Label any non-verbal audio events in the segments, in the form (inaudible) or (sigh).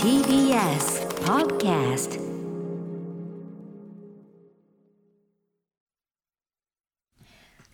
TBS Podcast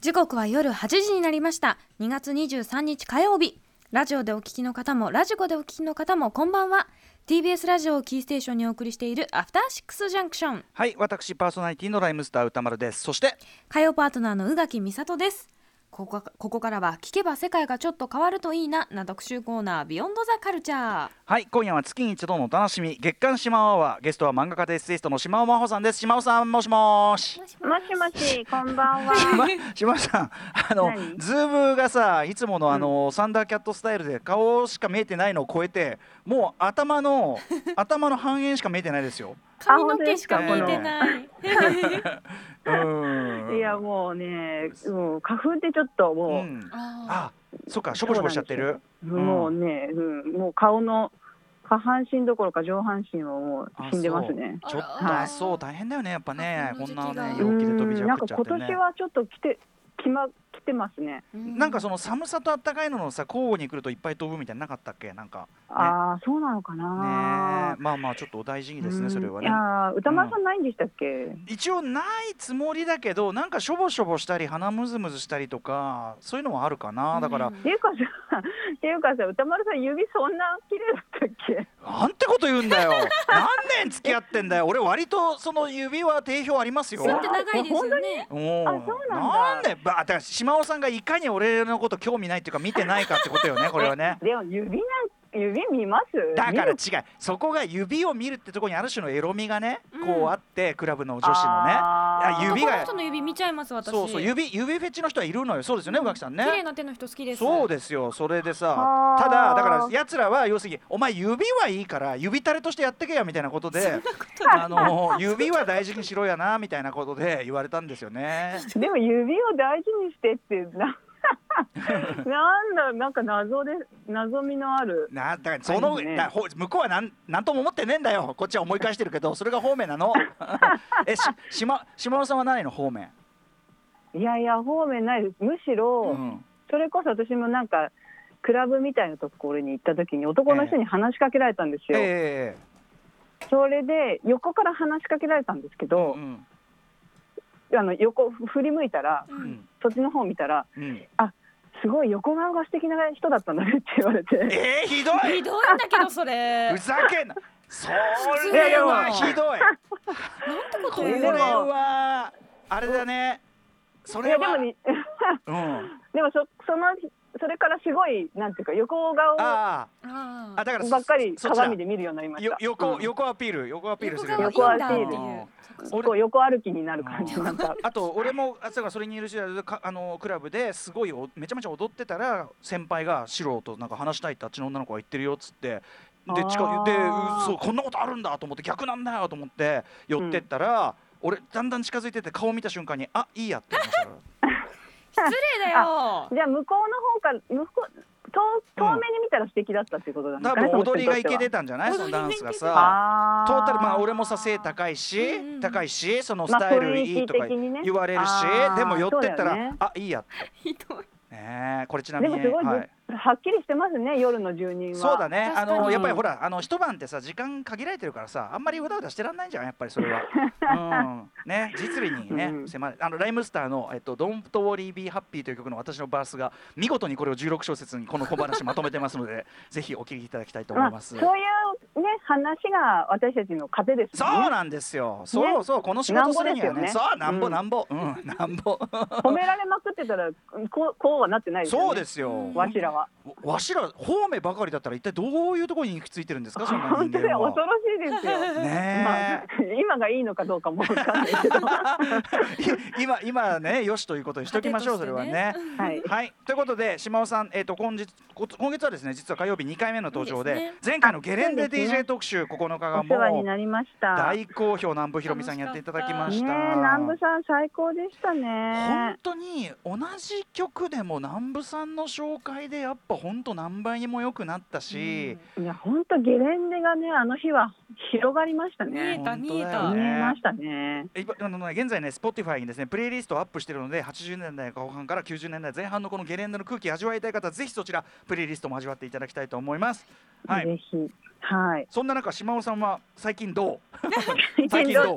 時刻は夜8時になりました2月23日火曜日ラジオでお聞きの方もラジコでお聞きの方もこんばんは TBS ラジオをキーステーションにお送りしているアフターシックスジャンクションはい、私パーソナリティのライムスター歌丸です。そして、火曜パートナーの宇垣美里ですここかここからは聞けば世界がちょっと変わるといいなな特集コーナービヨンドザカルチャーはい、今夜は月に一度のお楽しみ、月刊シマオワゲストは漫画家でエッセイストの島尾真帆さんです。島尾さん、もしもーし。もしもし、こんばんは。島島尾さん、あの何、ズームがさ、いつものあの、サンダーキャットスタイルで顔しか見えてないのを超えて、もう頭 (laughs) の、頭の半円しか見えてないですよ。髪の毛しかあ見え本当でてすかない、 (laughs) うーん。いや、もうね、もう花粉ってちょっとうもん。ああ、そっか、しょぼしょぼしちゃってる。う、んもうね、うん、もう顔の下半身どころか上半身はもう死んでますね。あちそょうっと、あらあそう、大変だよね、やっぱね、ここの時ん期なね、そ陽う気で飛びう散らんなんかかっちゃって今ね年。はちょっと来て、きま、来てますね。ーうなんかその寒さと暖かいののさ交互に来るといっぱい飛ぶみたいなのなかったっけなんかああ、そうなのかねなえ。まあまあちょっとお大事にですうねんそれはいねやー、歌丸さんないんでしたっけ。一応ないつもりだけどなんかしょぼしょぼしたり鼻むずむずしたりとかそういうのはあるかなだから、うんっていうかさ、 (laughs) っていうかさ、歌丸さん指そんな綺麗だったっけ。なんてこと言うん (laughs) だよ何年付き合ってんだよ俺割とその指は定評ありますよだって長いですよねおあそうなんだなんでばだから島尾さんがいかに俺のこと興味ないっていうか見てないかってことよねこれはねでも、指なん、指見ます。だから見違うるそこが指を見るってところにある種のエロみがね、うんこうあってクラブの女子のねあーいや指男がの人の指見ちゃいます私そうそう指指フェチの人はいるのよそうですよね宇垣さん綺麗ねな手の人好きですそうですよそれでさあーただだからやつらは要するにお前指はいいから指垂れとしてやってけやみたいなことであの指は大事にしろやなみたいなことで言われたんですよね。 (laughs) でも指を大事にしてって (laughs) ななんだなんか謎で謎みのあるなだからその、あいいねだほ向こうはなんなんとも思ってねえんだよこっちは思い返してるけどそれが方面なの (laughs) えし島島尾さんは何の方面、いやいや方面ないですむしうろ、んそれこそ私もなんかクラブみたいなところに行った時に男の人に話しかけられたんですよ、えそれで横から話しかけられたんですけえどう、んあの横振り向いたらううんんそっちの方見たらうん、すごい横顔が素敵な人だったんだねって言われてえー、ひどいひどいんだけどそれふざけんな。そ失れ礼なはひどい。なんてこことれ言うでものはあれだね。そいれやでもは。に (laughs) うん。あでもそそのそれからすごいなんていうか横顔あ、ああだからそばっかりそっちだ鏡で見るようになりましよた。横うん横アピール横アピールするようになっ横アピた。ールうんこう俺横歩きになる感じうんなんか。あと俺もあだからそれにいる時代かあのクラブですごいおめちゃめちゃ踊ってたら先輩が素人なんか話したいってあっちの女の子が言ってるよっつってで近あーくでうそうこんなことあるんだと思って逆なんだよと思って寄ってったら、俺だんだん近づいてって顔見た瞬間にあいいやって思いましたから。 (laughs) 失礼だよじゃあ向こうの方から向こう遠遠目に見たら素敵だったっていうことなんです多かね。分その人踊にりとがっていけてたんじゃない踊りそのダンスがさはあトータルまあ俺もさ背高いし、うんうんうん高いしそのスまあタイルいいとか雰囲気的にね言われるし、あーでも寄ってったら、そうだよねあいいやひどいねえこれちなみでにもすごい、はい、はっきりしてますね夜の住人は。そうだね確あかのにやっぱりほらあの一晩ってさ時間限られてるからさあんまりうだうだしてらんないんじゃんやっぱりそれは、うん、ね実利にね、 (laughs) うん迫るあのライムスターの、えっと「Don't Worry Be Happy」という曲の私のバースが見事にこれを16小節にこの小話まとめてますので (laughs) ぜひお聴きいただきたいと思まいあまそす。ういうね話が私たちの糧ですそようね。なんですよ。そうそう、この仕事するにはね。なんぼですよねそう、なんぼうんなんぼ、うん、なんぼ。褒められまくってたらこうこうはなってないですよね。そうですよ。わしらは。わしら、方面ばかりだったら、一体どういうところに行き着いてるんですか、そんな人本当に間は恐。ろしいですよ。まあね、今がいいのかどうかもわかんないけ (laughs) ど。は (laughs) え、今、今ね、よしということにしときましょう、それはね。い。はい、ということで、島尾さん、えっ、と、今日、こ今月はですね、実は火曜日2回目の登場そで。うですね前回のゲレンデあそうですね DJ 特集、9日がお世話もにう。なりました。大好評、南部ひろみさんやっていただきまねえした。南部さん最高でした本ね。当に同じ曲でも南部さんの紹介でやっぱ本当何倍にも良くなったし、いや本当ゲレンデがねあの日は広がりました見えね。た本当だよた見ねえましたね。今あのね現在ね Spotify にですねプレイリストをアップしているので80年代後半から90年代前半のこのゲレンデの空気味わいたい方はぜひそちらプレイリストも味わっていただきたいと思います。はい、ぜひはい。そんな中島尾さんは最近どう最最近近ど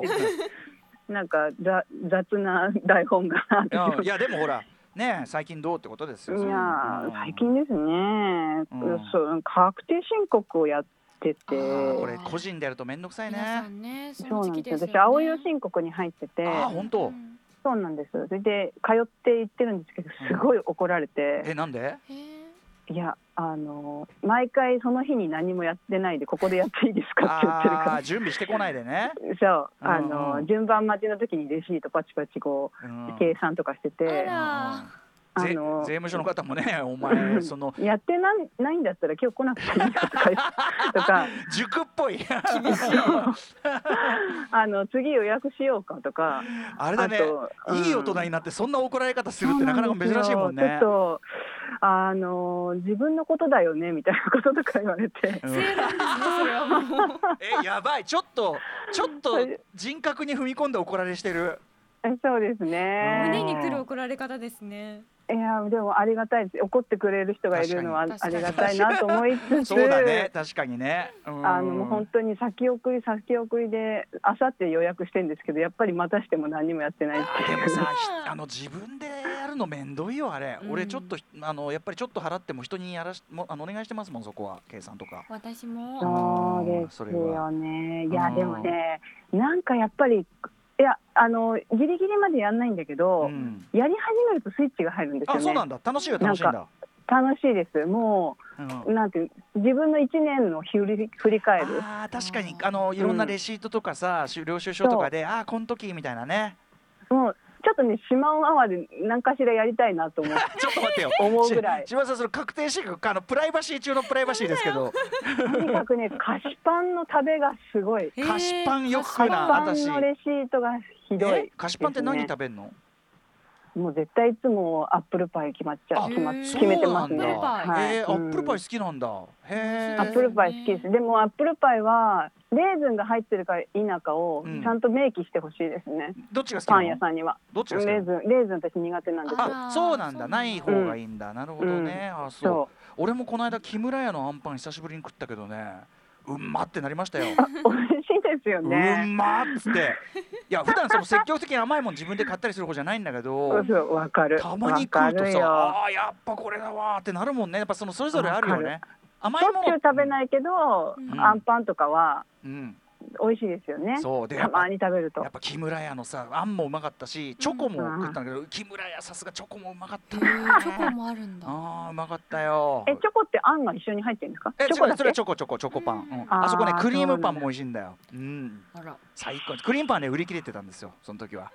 う (laughs) どうなんかざ雑な台本が。いやうんいやでもほらねえ最近どうってことですよそれうーん最近ですね。んそう確定申告をやってて。あーこれ個人でやると面倒くさい皆さねんね、そそのうな時期んですよですよ、ね。私青色申告に入っててあ本当うんそうなんですそれで通って行ってるんですけどすごい怒られえて、なんでへえいやあの毎回その日に何もやってないでここでやっていいですかって言ってるあかあ準備してこないでねらそうあうんうんの順番待ちの時にレシートパチパチこうんう計算とかしてて、あらうんぜあの税務署の方もねお (laughs) 前そのやってないないんだったら今日来なくていいよと (laughs) かとか塾っぽいあの次予約しようかとかあれだねあとうんいい大人になってそんな怒られ方するってなかなか珍しいもんそうなねですよちょっとあの自分のことだよねみたいなこととか言われて。う正ん論ですね、それはもう。えやばいちょっとちょっとはい人格に踏み込んで怒られしてるそうですうんね。胸にくる怒られ方ですね。いやでもありがたいです。怒ってくれる人がいるのは確かあにりがたいなと思いつつ、そうだね確かにねうんあのもう本当に先送り先送りであさって予約してんですけど、やっぱりまたしても何にもやってないってでいうもさひあの自分でやるのめんどいよあれ、うん俺ちょっとひあのやっぱりちょっと払っても人にやらしもあのお願いしてますもんそこは計算とか私も。そうでそすれはよね。いやうんでもね、なんかやっぱりいやあのギリギリまでやんないんだけど、ん、やり始めるとスイッチが入るんですよあね。そうなんだ楽しいは楽しいんだ楽しいです。もうんうなんていう自分の一年の振り振り返る。あー確かにあのいろんなレシートとかさ、し領収書とかでああーこの時みたいなねもうちょっとね島尾アワーで何かしらやりたいなと思うちょっと待ってよ思うぐらいし島田さんそれ確定申告あのプライバシー中のプライバシーですけどとにかくね (laughs) 菓子パンの食べがすごい菓子パンよく食菓う子なパンのレシートがひどえい菓子パンって何ですね食べんのもう絶対いつもアップルパイ決まっちゃあう決まっ決そうめてなまんすだねはいえーアップルパイうん好きなんだへえアップルパイ好きですでもアップルパイはレーズンが入ってるか否かをうんちゃんと明記してほしいですね、どっちが好きパなン屋のさんにはどっちレが好きなーのズンレーズン私苦手なんですよああーそうなんだそうなんだない方がいいんだなるほどねあそうそ俺もこの間木村屋のあんパン久しぶりに食ったけどねうんまってなりましたよ (laughs) う美味しいですようねんまっつっていや普段その積極的に甘いもん自分で買ったりする方じゃないんだけどそうわかるたまに食うとわかるさよあーやっぱこれだわーってなるもんねやっぱそのそれぞれあるよわね甘しいょっもちゅのう食べないけど、うんあんパンとかはうん美味しいですよね。そうでやたっぱまに食べるとやっ。ぱ木村屋のさあんもうまかったしチョコも食ったんだけど、木村屋さすがチョコもうまかったへねーチョコもあるんだ。あーうまかったよえ、チョコってあんが一緒に入ってるんですか。えチョ違コうだよそれけは。チョコチョコチョコパン、うんうんあそこねあークリームパンそうなんもだ美味しいんだよ、うん、あら。最高クリームパンね売り切れてたんですよその時は、うん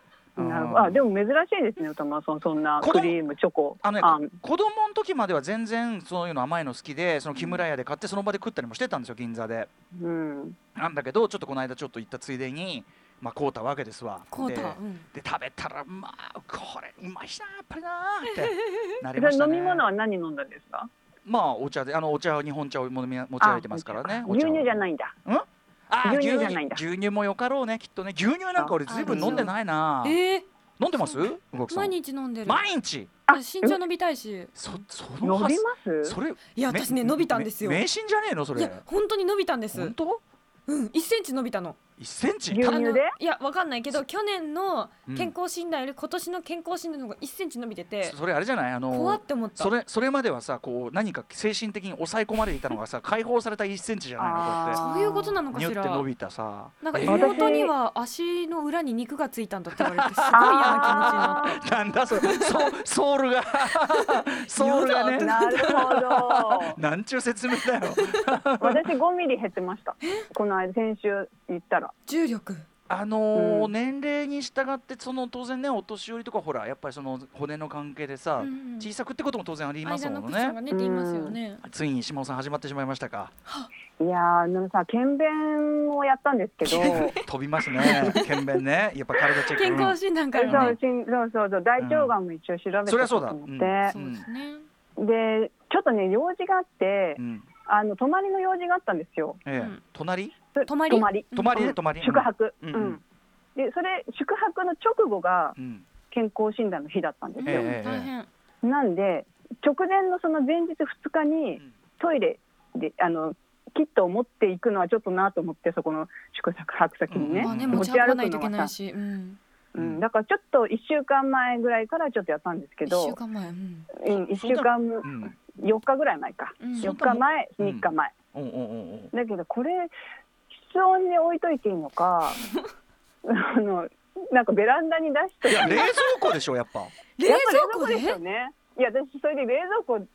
なるほど。あ、でも珍しいですね。たまそんそんな子供クリームチョコ。あのねあん。子供の時までは全然そういうの甘いの好きでその木村屋で買ってその場で食ったりもしてたんですよ銀座でうん。なんだけどちょっとこの間ちょっと行ったついでにまあ買うたわけですわこうでた。うん。で食べたらまあこれうまいしなやっぱりなー (laughs) ってなりそまれした飲ねみ物は何飲んだんですか。まあお茶であのお茶日本茶をもみ持ち歩いてますからねお牛茶を乳じゃないんだ。あー牛乳じゃないんだ牛乳牛乳もよかろうねきっとね牛乳なんか俺ずいぶん飲んでないなえー、飲んでます動きさ毎ん日飲んでる。毎日あ、身長伸びたいし。そそ伸のびま発す。それいや、め私ね、伸びたんですよ。めい迷信じゃねえのそれや、本当に伸びたんです。本当うん、一センチ伸びたの。一センチ牛た乳あのでいや、わかんないけど、去年のうん健康診断より、今年の健康診断の方が一センチ伸びてて。それあれじゃないあ怖のって思った。それそれまではさこう何か精神的に抑え込まれていたの (laughs) がさ解放された1センチじゃないのこそういうことなのかうやってしら。ニュって伸びたさなんかえ私妹には足の裏に肉がついたんだって言われてすごい嫌な気持ちになっなんだそれソソー (laughs) ルがソールがねなるほ (laughs) ど。なんちゅう説明だよ私5ミリ減ってました。この間先週行ったら。た重力 (laughs) あのーうん年齢に従ってその当然ねお年寄りとかほらやっぱりその骨の関係でさ、うんうん小さくってことも当然あります間もののクッションねがねって言いますよねついに島尾さん始まってしまいましたかいやー、でもさ、検便をやったんですけど。 (laughs) 飛びま (laughs) すね剣弁ねやっぱ体チェック健うん康診断かそうらうねんしんそうそうそう大腸がんも一応調べてそりゃそうだと思って、うそんうですねでちょっとね用事があって、うんあの泊まりの用事があったんですよええうん隣泊まり泊まり、泊まりうねん泊まり宿泊、ううんんうんでそれ宿泊の直後がうんうん健康診断の日だったんでうんすえよ、ええ大変なんで直前のその前日2日にうんトイレであのきっと持っていくのはちょっとなと思ってそこの宿泊泊先にね、うんまあね、うん持ち歩かないといけないさ、し、うん、うん、だからちょっと1週間前ぐらいからちょっとやったんですけ1週ど間前、うんうん1週間うん4日ぐらい前かうん4日前うん3日前、おうおうおうだけどこれ室温に置いといていいのかあのなんかベランダに出しおとういいてや冷蔵庫でしょやっぱ冷やっ蔵ぱ庫で冷ですよねいや私それで冷蔵庫冷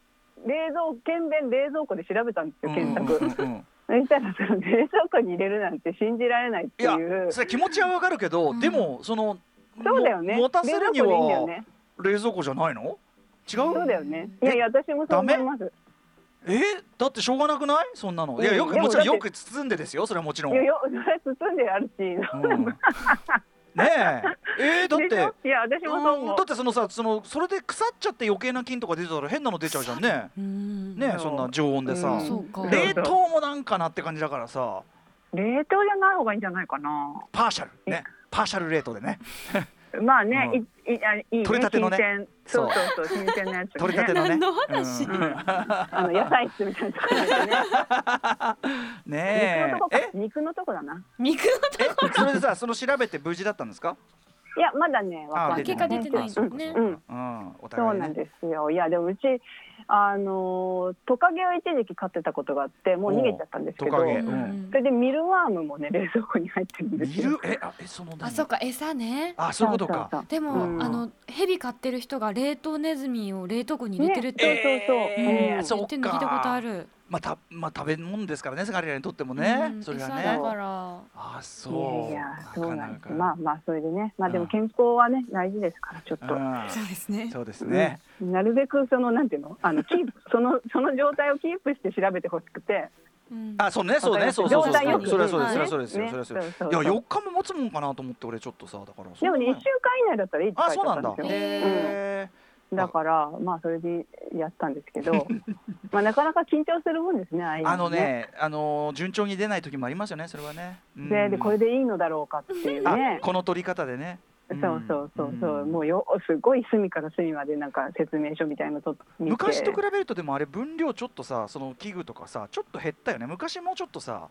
蔵検便冷蔵庫で調べたんですよ検索、うんうんうんうんそしたらその冷蔵庫に入れるなんて信じられないっていいやうそれ気持ちはわかるけど、うんでもそのそうだよねも持たせるに冷蔵庫でいいんだよはね冷蔵庫じゃないの違庫うそうだよねいやいや私もそう思いますえだってしょうがなくないそんなのいやようんくでももちろんだってよく包んでですよそれはもちろん、いやよそれ包んであるしうんねええー、だっでてしょいや私もそううん思だってそのさそのそれで腐っちゃって余計な菌とか出てたら変なの出ちゃうじゃんねうんねえそんな常温でさ、うんそうか冷凍もなんかなって感じだからさう冷凍じゃない方がいいんじゃないかなパーシャルねパーシャル冷凍でねまあね、うんいいあいいね取れたてのね新鮮そうそうそう新鮮なやつ、ね、取れたてのね何の話うんねあの野菜室みたいなところでね肉 (laughs) えのとこかえ肉のとこだな肉えそれでさその調べて無事だったんですかいやまだねわかんあな出いて結果出てないそうかねそうかうんうんおそう互いなんねですよいやでもうちあのートカゲを一時期飼ってたことがあってもう逃げちゃったんですけどおうトカゲそうんれでミルワームもね冷蔵庫に入ってるんで見すよるえあえその何あそうか餌ねあそういうことかそうそうでも、うんあの蛇飼ってる人が冷凍ネズミを冷凍庫に入れてるっそうて、ねそうえーうんそ言うってるの聞いたことあかるまあたまあ食べ物ですからね彼らにとってもね、うんそれは餌だねからあそういやいやそうなんですまなあまあそれでねまあでうもん健康はね大事ですからちょっと、かそうですねうんそうですね、うんなるべくそのなんていうのあのキープ (laughs) そのその状態をキープして調べてほしくてうんあそうねそうねそうそうそう状態そようくそれはそうです、はいそれはそうですよ、ねそれはそうですそういやそう4日も持つもんかなと思って俺ちょっとさだからでもね1週間週以内だったらいいって書あいてそうあなっんただんですよへだからまあそれでやったんですけ (laughs) どまあなかなか緊張するもんですねああいうーのあのねあのー順調に出ない時もありますよねそれはね、うんででこれでいいのだろうかっていうあねこの取り方でねそんうそうそうそう、んもうよすごい隅から隅までなんか説明書みたいのと見て昔と比べるとでもあれ分量ちょっとさその器具とかさちょっと減ったよね昔もちょっとさ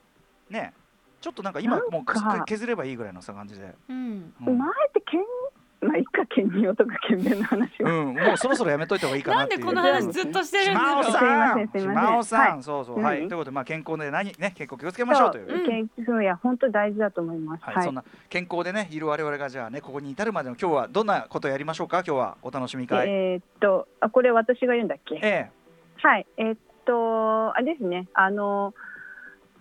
ねちょっとなんか今なんかもうくす削ればいいぐらいのさ感じで、うんうん前ってけんまあいっか兼任とか兼便の話を、うんもうそろそろやめといた方がいいかななっんてでいうこの話ずっとしてるん島尾だろうさんすいませんすいません島尾さん、はそうそうはい、うんということでまあ健康で何ね健康気をつけましょうというううん研究するのいや本当大事だと思います。はい、はいそんな健康でねいる我々がじゃあねここに至るまでの今日はどんなことやりましょうか今日はお楽しみ会、ええーっとあこれ私が言うんだっけ、えはいえーっとあれですねあの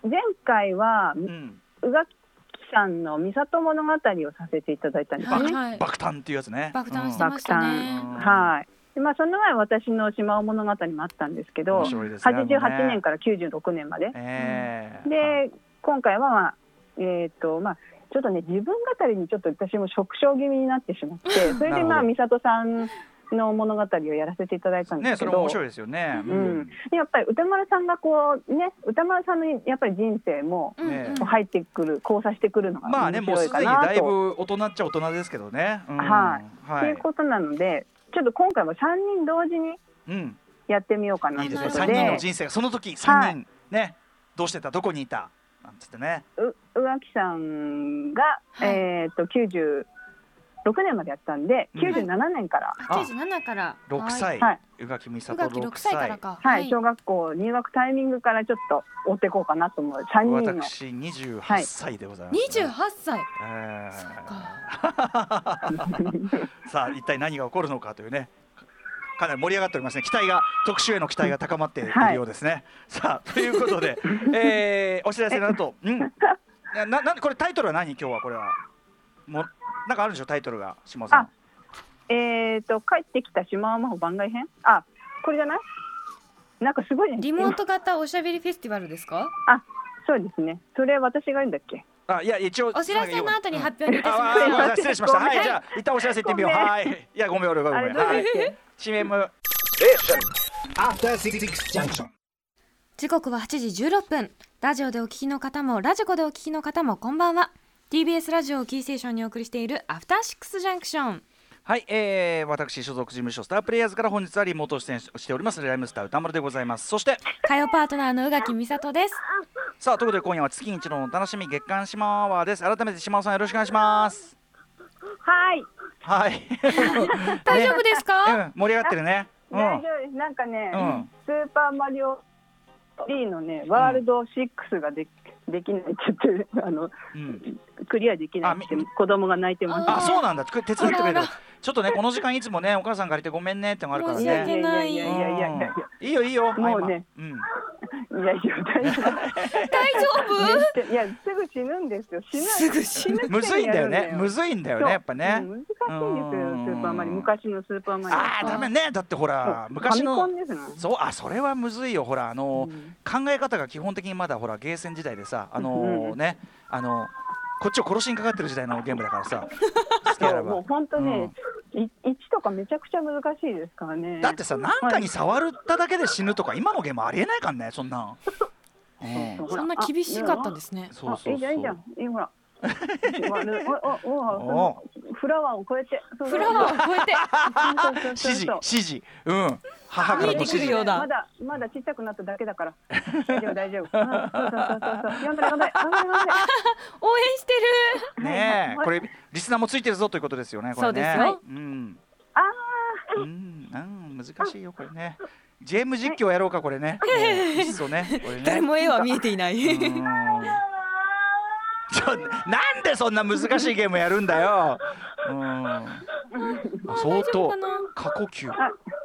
前回はうん宇垣さんの「三里物語」をさせていただいたんですよはねい。はい爆誕っていうやつね爆誕してうんましたね爆誕はいでまあ、その前私の「島尾物語」もあったんですけど面白いですね88年から96年まで。ええで今回は、まあえーっとまあ、ちょっとね自分語りにちょっと私も食傷気味になってし (laughs) まってそれなるでほどまあ美里さんの物語をやらせていただいたんでねすそけど、れも面白いですよね。うんでやっぱり歌丸さんがこうね歌丸さんのやっぱり人生もうんねうん入ってくる交差してくるのがまあね面もう白すいでかになだいとぶ大人っちゃ大人ですけどね。うんはって。はいいうことなのでちょっと今回は3人同時にうんやってみようかないいとでいうすこねと三で人の人生その時三人ねどうしてたどこにいたなんつってね。う宇垣さんが、はいえーっと96年までやったんでうん97年から、あ97から六はい歳はい宇垣美宇里垣六六歳から歳。かはい、小学校入学タイミングからちょっと追っていこうかなと思う3人の私二十八歳でございます。二十八歳えそっかー (laughs) さあ一体何が起こるのかというねかなり盛り上がっておりますね期待が特集への期待が高まっているようですね、さあということで、えーお知らせの後うんなななこれタイトルは何今日はこれはもなんかあるでしょタイトルが下さんあえー、と帰ってきた島尾真帆番外編あこれじゃないなんかすごいねリモート型おしゃべりフェスティバルですかそうですねそれ私が言うんだっけあいや一応お知らせの後に発表にいたしあまあすごめんなさい失礼しましたごめんはいじゃあ一旦お知らせ行ってみようごめんはいいやごめん俺がごあめれんどうだはっいけ、 (laughs) CM After Six Junction. 時刻は8時16分ラジオでお聞きの方もラジコでお聞きの方もこんばんは TBS ラジオをキーステーションにお送りしているアフターシックスジャンクションはい、えー、私所属事務所スタープレイヤーズから本日はリモート出演しておりますライムスター歌丸でございますそして火曜パートナーの宇垣美里ですさあということで今夜は月に一度のお楽しみ月刊島アワーです改めて島尾さんよろしくお願いしますはい、はい (laughs) 大丈夫ですか、うん、盛り上がってるねうん大丈夫です。なんかね、うんスーパーマリオ3のね、ワールド6ができできないって言って、あのうんクリアできないってあみ子供が泣いてます。あそうなんだこれ手伝ってくれあらあたらちょっとねこの時間いつもねお母さん借りてごめんねってのがあるから申しやい訳ねないやいやいやいやいやいうやんいいよいいよもうね合間うんいやいや大大丈丈夫夫いやすぐ死ぬんですよ死ぬすぐ死ぬくせにむずいんだよねやるむずいんだよそうねやっぱねうん難しいんですようんスーパーマリオ昔のスーパーマリオああダメねだってほらそう昔のファミコンですねそうあそれはむずいよほらあのうん考え方が基本的にまだほらゲーセン時代でさあうんのうんねあのこっちを殺しにかかってる時代のゲームだからさ好きそやらうもばう本当ね、い一とかめちゃくちゃ難しいですからね。だってさなんかに触っただけで死ぬとか今のゲームありえないからねそんなんうんそうそんな厳しかったんですねそうあそいういじゃんいいそじゃ。うんいい (laughs) ほら。おおおおおフラワーを超えて。そうフラワーを超えてそうそうそう指そう示指示うん母からの見指えてくる示ようだまだまだ小さくなっただけだから。大丈夫大丈 (laughs) 夫。うんそうそうそうそうそう。読んで読んで読んで読んで。 (laughs) 応援してるねえこれリスナーもついてるぞということですよねこれねそうですようんあうんなん難しいよこれねジェーム実況やろうかこ (laughs) れねもういっそねこれね誰も絵は見えていなうい (laughs) ーんちょなんでそんな難しいゲームやるんだよ。うーん。相大丈夫当かな過呼吸。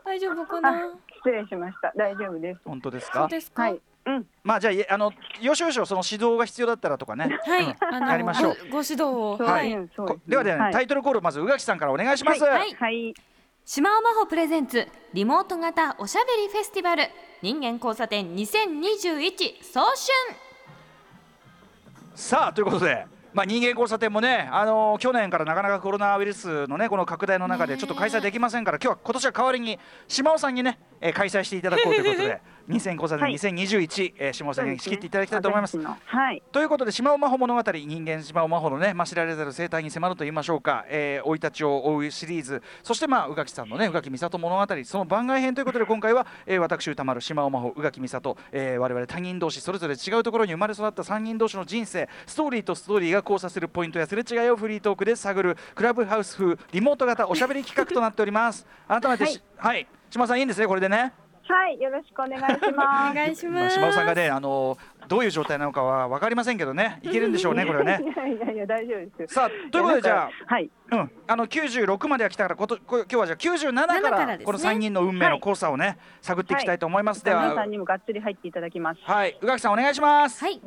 大丈夫かな失礼しました。大丈夫です。本当ですそうか。ですか、はい。うん。まあじゃあいえあのよしよしをその指導が必要だったらとかね。はい、あのやりましょうごご指導を、そうはいうんそうこではではね、タイトルコールまず宇垣さんからお願いします。はいはいはい。島尾真帆プレゼンツリモート型おしゃべりフェスティバル人間交差点2021総春さあということで。まあ、人間交差点もね、あの去年からなかなかコロナウイルスのねこの拡大の中でねえちょっと開催できませんから、今日は今年は代わりに島尾さんにね、えー開催していただこうというこ (laughs) とで、2000交差点2021、えー島尾さんに仕切っていただきたいと思いますそう。でねはい。ということで島尾真帆物語人間島尾真帆のね、まあ、知られざる生態に迫ると言いましょうか生、えー生い立ちを追うシリーズそしてまあ宇垣さんのね宇垣美里物語その番外編ということで今回は、えー私歌丸島尾真帆宇垣美里、えー我々他人同士それぞれ違うところに生まれ育った3人同士の人生ストーリーとストーリーが交差するポイントやすれ違いをフリートークで探るクラブハウス風リモート型おしゃべり企画となっております改めてしはい、島尾さんいいんですねこれでねはい。よろしくお願 (laughs) いしまおす。願いしままあす島尾さんがねあのどういう状態なのかは分かりませんけどねいけるんでしょうねこれはねいやいやいや大丈夫ですよ。さあということでじゃあいやなんかはい。うん、あの96までは来たからことこ今日はじゃあ97か7かららですねこの3人の運命のはい交差をね、探っていきたいと思います、で皆さはんにもがっつり入っていただきます。はい宇垣さんお願いします、はい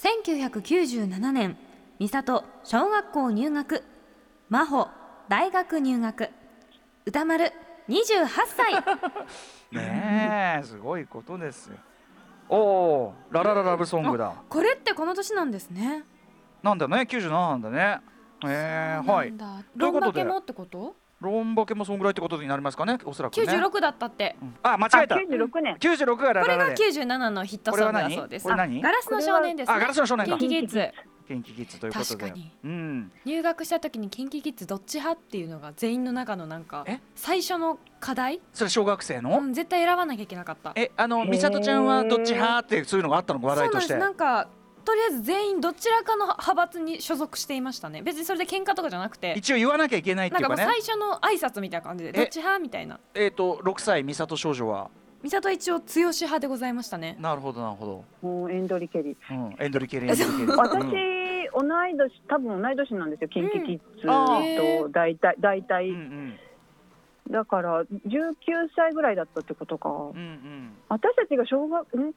1997年美里小学校入学真帆大学入学歌丸28歳ねえすごいことですよおおララララブソングだあ (laughs) これってこの年なんですねなんだね97なんだねえー、はいなんだというロこンとバでケもってことロンバケもそんぐらいってことになりますかねおそらくね96だったってうんあ間違えた九十六年。 96がラこラれラがで97のヒットソングだそうですこれあ何これ何ガラスの少年ですねあガラスの少年かキンキキッズ元気キッズということで確かにうん入学した時にキンキキッズどっち派っていうのが全員の中のなんかえ最初の課題それ小学生の、うん絶対選ばなきゃいけなかったえあの美里ちゃんはどっち派ってそういうのがあったのか話題としそてうなんですなんかとりあえず全員どちらかの派閥に所属していましたね別にそれで喧嘩とかじゃなくて一応言わなきゃいけないってないんうかもかうね最初の挨拶みたいな感じでどっち派みたいなえっ、と6歳美里少女は美里は一応強し派でございましたねなるほどなるほど、もうエンドリケリ。うん、エンドリケリエンドリケリ私、 (laughs) うん同い年多分同い年なんですよ。キンキキあッズと大体大体、うんうんだから19歳ぐらいだったってことか。うんうん私たちが小学ん中学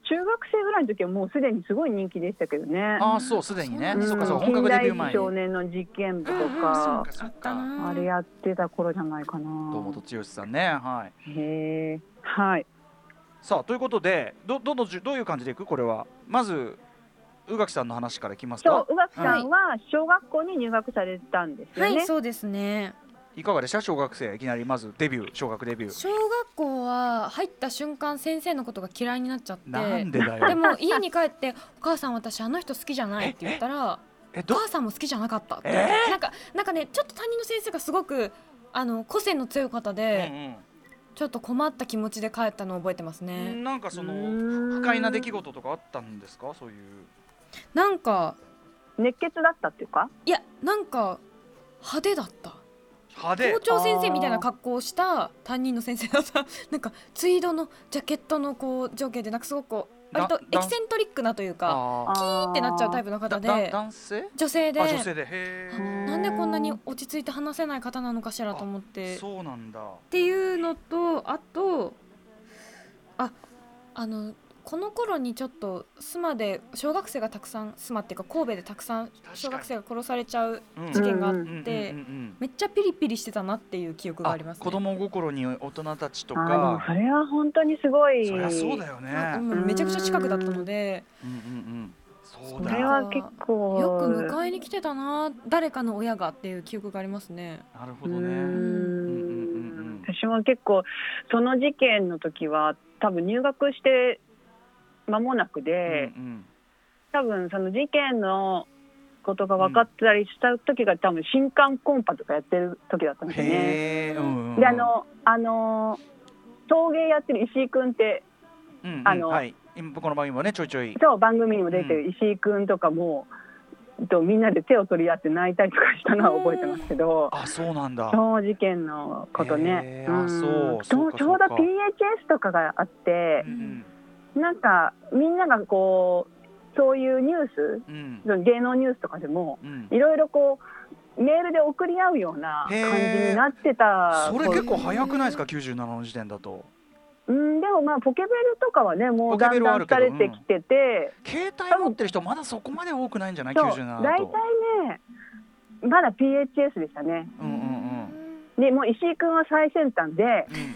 生ぐらいの時はもうすでにすごい人気でしたけどね。ああそうすでにね、うんそっかそう本近格デビ代ュー前に少年の実験部とうんうんそかっ、かそっだかなあれやってた頃じゃないかな。堂本剛さんねはいへえ。はい。さあということでどどのじゅどういう感じでいくこれはまず宇垣さんの話からいきますそうか、宇垣さんは小学校に入学されたんですよはね。いそうですねいかがでした小学生いきなりまずデビュー小学デビュー小学校は入った瞬間先生のことが嫌いになっちゃってなんでだでよも家に帰って「お母さん私あの人好きじゃない」って言ったら「えおど母さんも好きじゃなかった」って、えなんかなんかねちょっと担任の先生がすごくあの個性の強い方うで、んちょっと困った気持ちで帰ったのを覚えてますね。なんかそのうー不ん快な出来事とかあったんですかそういうなんか熱血だったっていうかいやなんか派手だった。派手校長先生みたいな格好をした担任の先生だった。 (laughs) なんかツイードのジャケットのこう上下でなんかすごくこうだ割とエキセントリックなというかあーキーってなっちゃうタイププの方だだで男性女性であ女性でへあうんなんでこんなに落ち着いて話せない方なのかしらと思って。えそうなんだっていうのとあとああのこの頃にちょっと須磨で小学生がたくさん須磨っていうか神戸でたくさんかに小学生が殺されちゃううん事件があって、ううんんうんうんめっちゃピリピリしてたなっていう記憶があありますね子供心に大人たちとあーでもかそれは本当にすごいそりゃそうだよねあうんめちゃくちゃ近くだったのでうんうんうんそうそだれなは結構よく迎えに来てたな誰かの親がっていう記憶がありますねるほどうーねんん私は結構その事件の時は多分入学して間もなくで、うんうん多分その事件のことが分かったりした時が多分新刊コンパとかやってる時だったんですよね。へえうんうんうんであのあの陶芸やってる石井くんってうんうんあのはい今この番組もねちょいちょいそう番組にも出てる石井くんとかも、とみんなで手を取り合って泣いたりとかしたのは覚えてますけど。あそうなんだその事件のことねへ。ーあそうちょそうかちょうどそうか PHS とかがあってう、んなんかみんながこうそういうニューうんうんス、芸能ニュースとかでもうんいろいろこうメールで送り合うような感へじーになってた。それ結構早くないですか97の時点だとうんでもまあポケベルとかはねもうポだケベんルはだあんるけど疲れてきてて、携帯持ってる人まだそこまで多くないんじゃないそう97だ大体とねまだ PHS でしたね。うんうんうんでもう石井君は最先端でう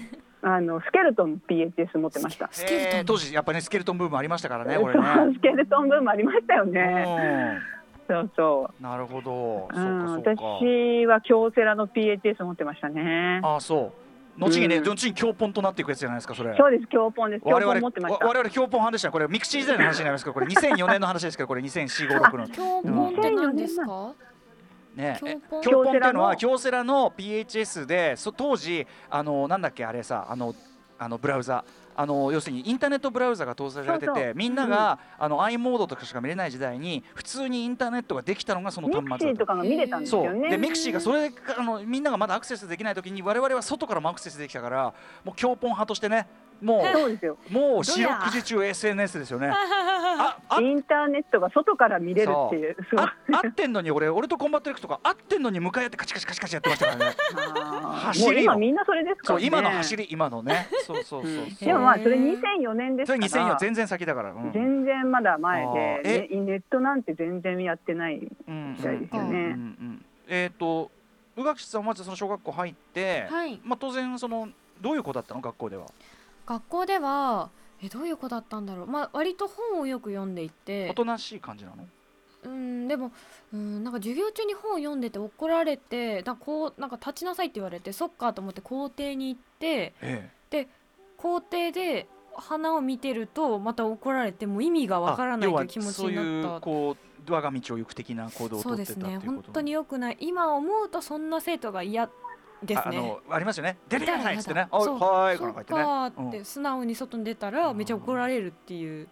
んあのスケルトン PHS 持ってました。スケルトンへー当時やっぱねスケルトンブームありましたからねこれそうねスケルトンブームありましたよね。うそうそんなるほどう。うそん、うかそう私は京セラの PHS 持ってましたね。かあそう後にねうん後に強ポンとなっていくやつじゃないですかそれそうです、京ポンです。京我ポン々持わってました。我々強ポン派でしたねこれミクシー時代の話になりますけどこれ2004年の話ですけどこれ20456の教本って何ですかね教本 (laughs) 強ポンっていうのは京京セラの PHS でそ当時あのなんだっけあれさあのあのブラウザあの要するにインターネットブラウザが搭載されててそうそうみんなが、あの i モードとかしか見れない時代に普通にインターネットができたのがそのミク端シ末ーだとった。かが見れたんですそようでね。ミクシーがそれあのみんながまだアクセスできない時に我々は外からもアクセスできたからもう強ポン派としてねもそうですよ。うもう四六時中 SNS ですよね。ああインターネットが外から見れるっていう。そう。あ合ってんのに俺俺とコンバットレックとか合ってんのに向かい合ってカチカチカチカチやってましたからね。あー走もりうを今みん (laughs) なそれですかそらうね。今の走。り今のね。そうそうそうそう。 (laughs) でもまあそれ2004年ですそかれら。 2004全然先だから。うん全然まだ前で、あねネットなんて全然やってない。うん時代ですようんねうんうんえっと宇垣さんはまずその小学校入って、はいまあ当然そのどういう子だったの学校では。学校ではえどういう子だったんだろうまあ割と本をよく読んでいておとなしい感じなの。うんでもうんなんか授業中に本を読んでて怒られてだこうなんか立ちなさいって言われてそっかと思って校庭に行ってええ。校庭で花を見てるとまた怒られてもう意味がわからないあ要といはう気持ちそうにいなうった。こう我が道を行く的な行動をそう取でってたすっていねうこと。本当に良くない今思うとそんな生徒が嫌ですああねのありますよね。出てくださいっつってね。あそうはーいこそのうか子ってね。ーって素直に外に出たらうんめっちゃ怒られるっていう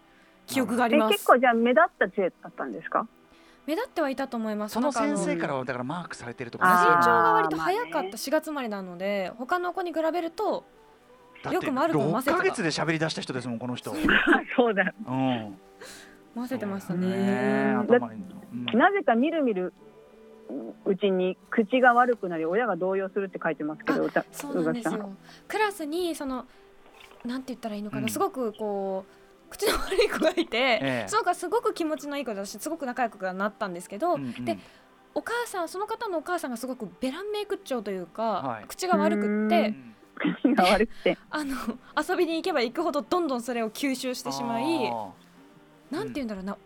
記憶がありえます結構じゃあ目立った生徒だったんで (laughs) すか。目立ってはいたと思いますそなのんかあ先の生からはだからマークされてると成かあ長ーが割と早かまっあねた4月生まれなので他の子に比べるとだってよくマルコも混ぜてた6ヶ月で喋り出した人ですもんこの人。うん。そうだ。混ぜてましたえね頭いいのうんなぜかみるみるうちに口が悪くなり親が動揺するって書いてますけどうたそうなんです宇垣さよクラスにそのなんて言ったらいいのかな、うんすごくこう口の悪い子がいて、ええその子はすごく気持ちのいい子だしすごく仲良くなったんですけど、うんうんでお母さんその方のお母さんがすごくベランメイク長というか、はい口が悪くっうてん口が悪くてあの (laughs) 遊びに行けば行くほどどんどんそれを吸収してしまいあなんて言うんだろうな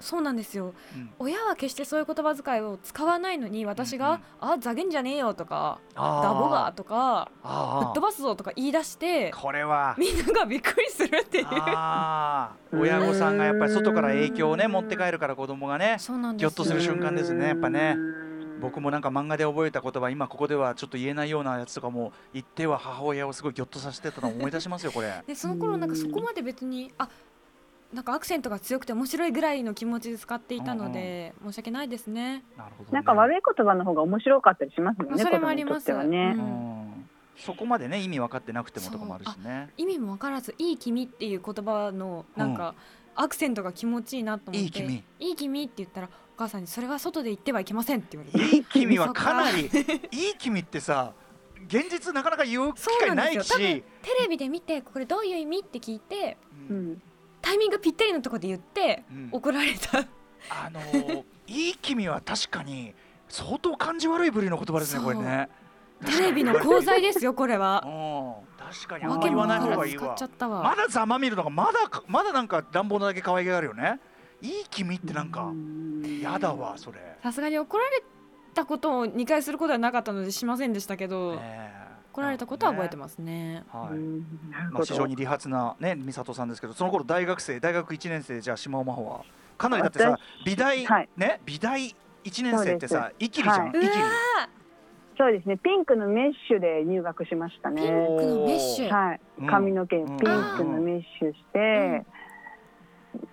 そうなんですよーうん親は決してそういう言葉遣いを使わないのに私が「あざげんじゃねえよ」とか「あーダボが」とか「ぶあっー飛ばすぞ」とか言い出してこれはみんながびっくりするっていうあーうん親御さんがやっぱり外から影響をね持って帰るから子供がねそうなんですぎょっとする瞬間ですねやっぱねうーん僕もなんか漫画で覚えた言葉今ここではちょっと言えないようなやつとかも言っては母親をすごいギョッとさせてたのを思い出しますよ (laughs) これでその頃なんかそこまで別にあなんかアクセントが強くて面白いぐらいの気持ちで使っていたので、申し訳ないですね。なるほどね、なんか悪い言葉の方が面白かったりしますもんね。それもあります子供にとってはうね。んそこまでね意味分かってなくてもとかもあるしね意味も分からず「いい君」っていう言葉のなんか、アクセントが気持ちいいなと思って「いい君いい君」って言ったらお母さんに「それは外で言ってはいけません」って言われていい君はかなりいい君ってさ現実なかなか言う機そう会なんなでいすよ多分しテレビで見てこれどういう意味って聞いてううんん。タイミングぴったりのとこで言って、うん怒られたあのーいい君は確かに相当感じ悪いぶりの言葉ですねそうこれねテレビの確かに功罪ですよこれは。うん確かにあん (laughs) わまけ言もわない分方からがずいい使っわちゃったわ。まだざまみるのがまだかまだなんか乱暴なだけ可愛げがあるよねいい君ってなんかやだわそれ、ねさすがに怒られたことを2回することはなかったのでしませんでしたけど、え怒られたことは覚えてますね。はういんなるまあ、ほ非常どに。利発な、ね、美里さんですけどその頃大学生大学1年生じゃあ島尾真帆はかなりだってさ美大、はいね美大1年生ってさイキリじゃん、イはいキリそうですね。ピンクのメッシュで入学しましたね。ピンクのメッシュ。はいうん、髪の毛ピンクのメッシュして、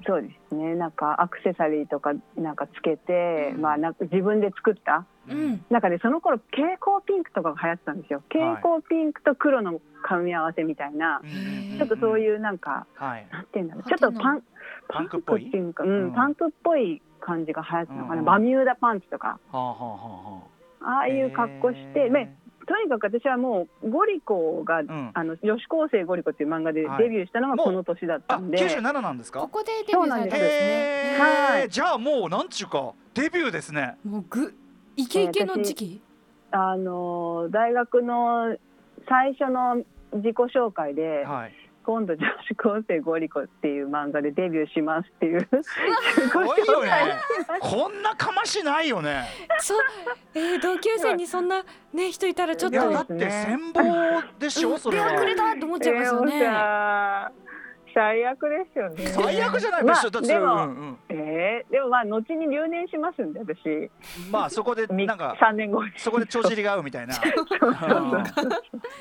そうですねなんかアクセサリーとかなんかつけて、うんまあ、なんか自分で作ったうん、中でその頃蛍光ピンクとかが流行ってたんですよ蛍光ピンクと黒の組み合わせみたいな、うんちょっとそうういうなんかん、はい、なんていうんだろうちょ派っ手なとパパンンクっぽいパンクっていうか、ううんん、パンクっぽい感じが流行ってたのかな、うんバミューダパンツとかはあはあはあはあああいう格好して、まあとにかく私はもうゴリコが、んあの女子高生ゴリコっていう漫画でデビューしたのがこの年だったあんで、 97なんですかここでデビューされたんですへね。ーはいじゃあもうなんちゅうかデビューですねもうぐイケイケの時期。あの大学の最初の自己紹介で、はい今度女子高生ゴリコっていう漫画でデビューしますっていう自己すごいよ紹介 (laughs) ねこんなかましないよねそう、えー、同級生にそんなね人いたらちょっいとやそうだでうってすね戦望でしょそれ手は遅れたと思っちゃいますよね。えーお茶最悪ですよね最悪じゃないまであしょだってそれでもうんうんえーでもまあ後に留年しますんで私まあそこでみなんか3年後にそこで帳尻が合うみたい (laughs) な。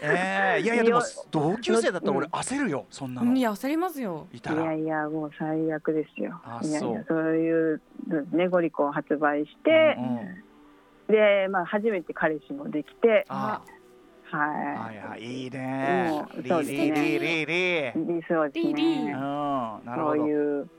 ええいやいやでも同級生だったら俺焦るよそんなうんいのや焦りますよ。いたいやら。いやもう最悪ですよあいやいそうやそういうねゴリコを発売しうんて、うんで、まあ、初めて彼氏もできてあはい、はいはいいいね。うんリそうですリねリリリ。うんそうですリリねなるそほうど。いう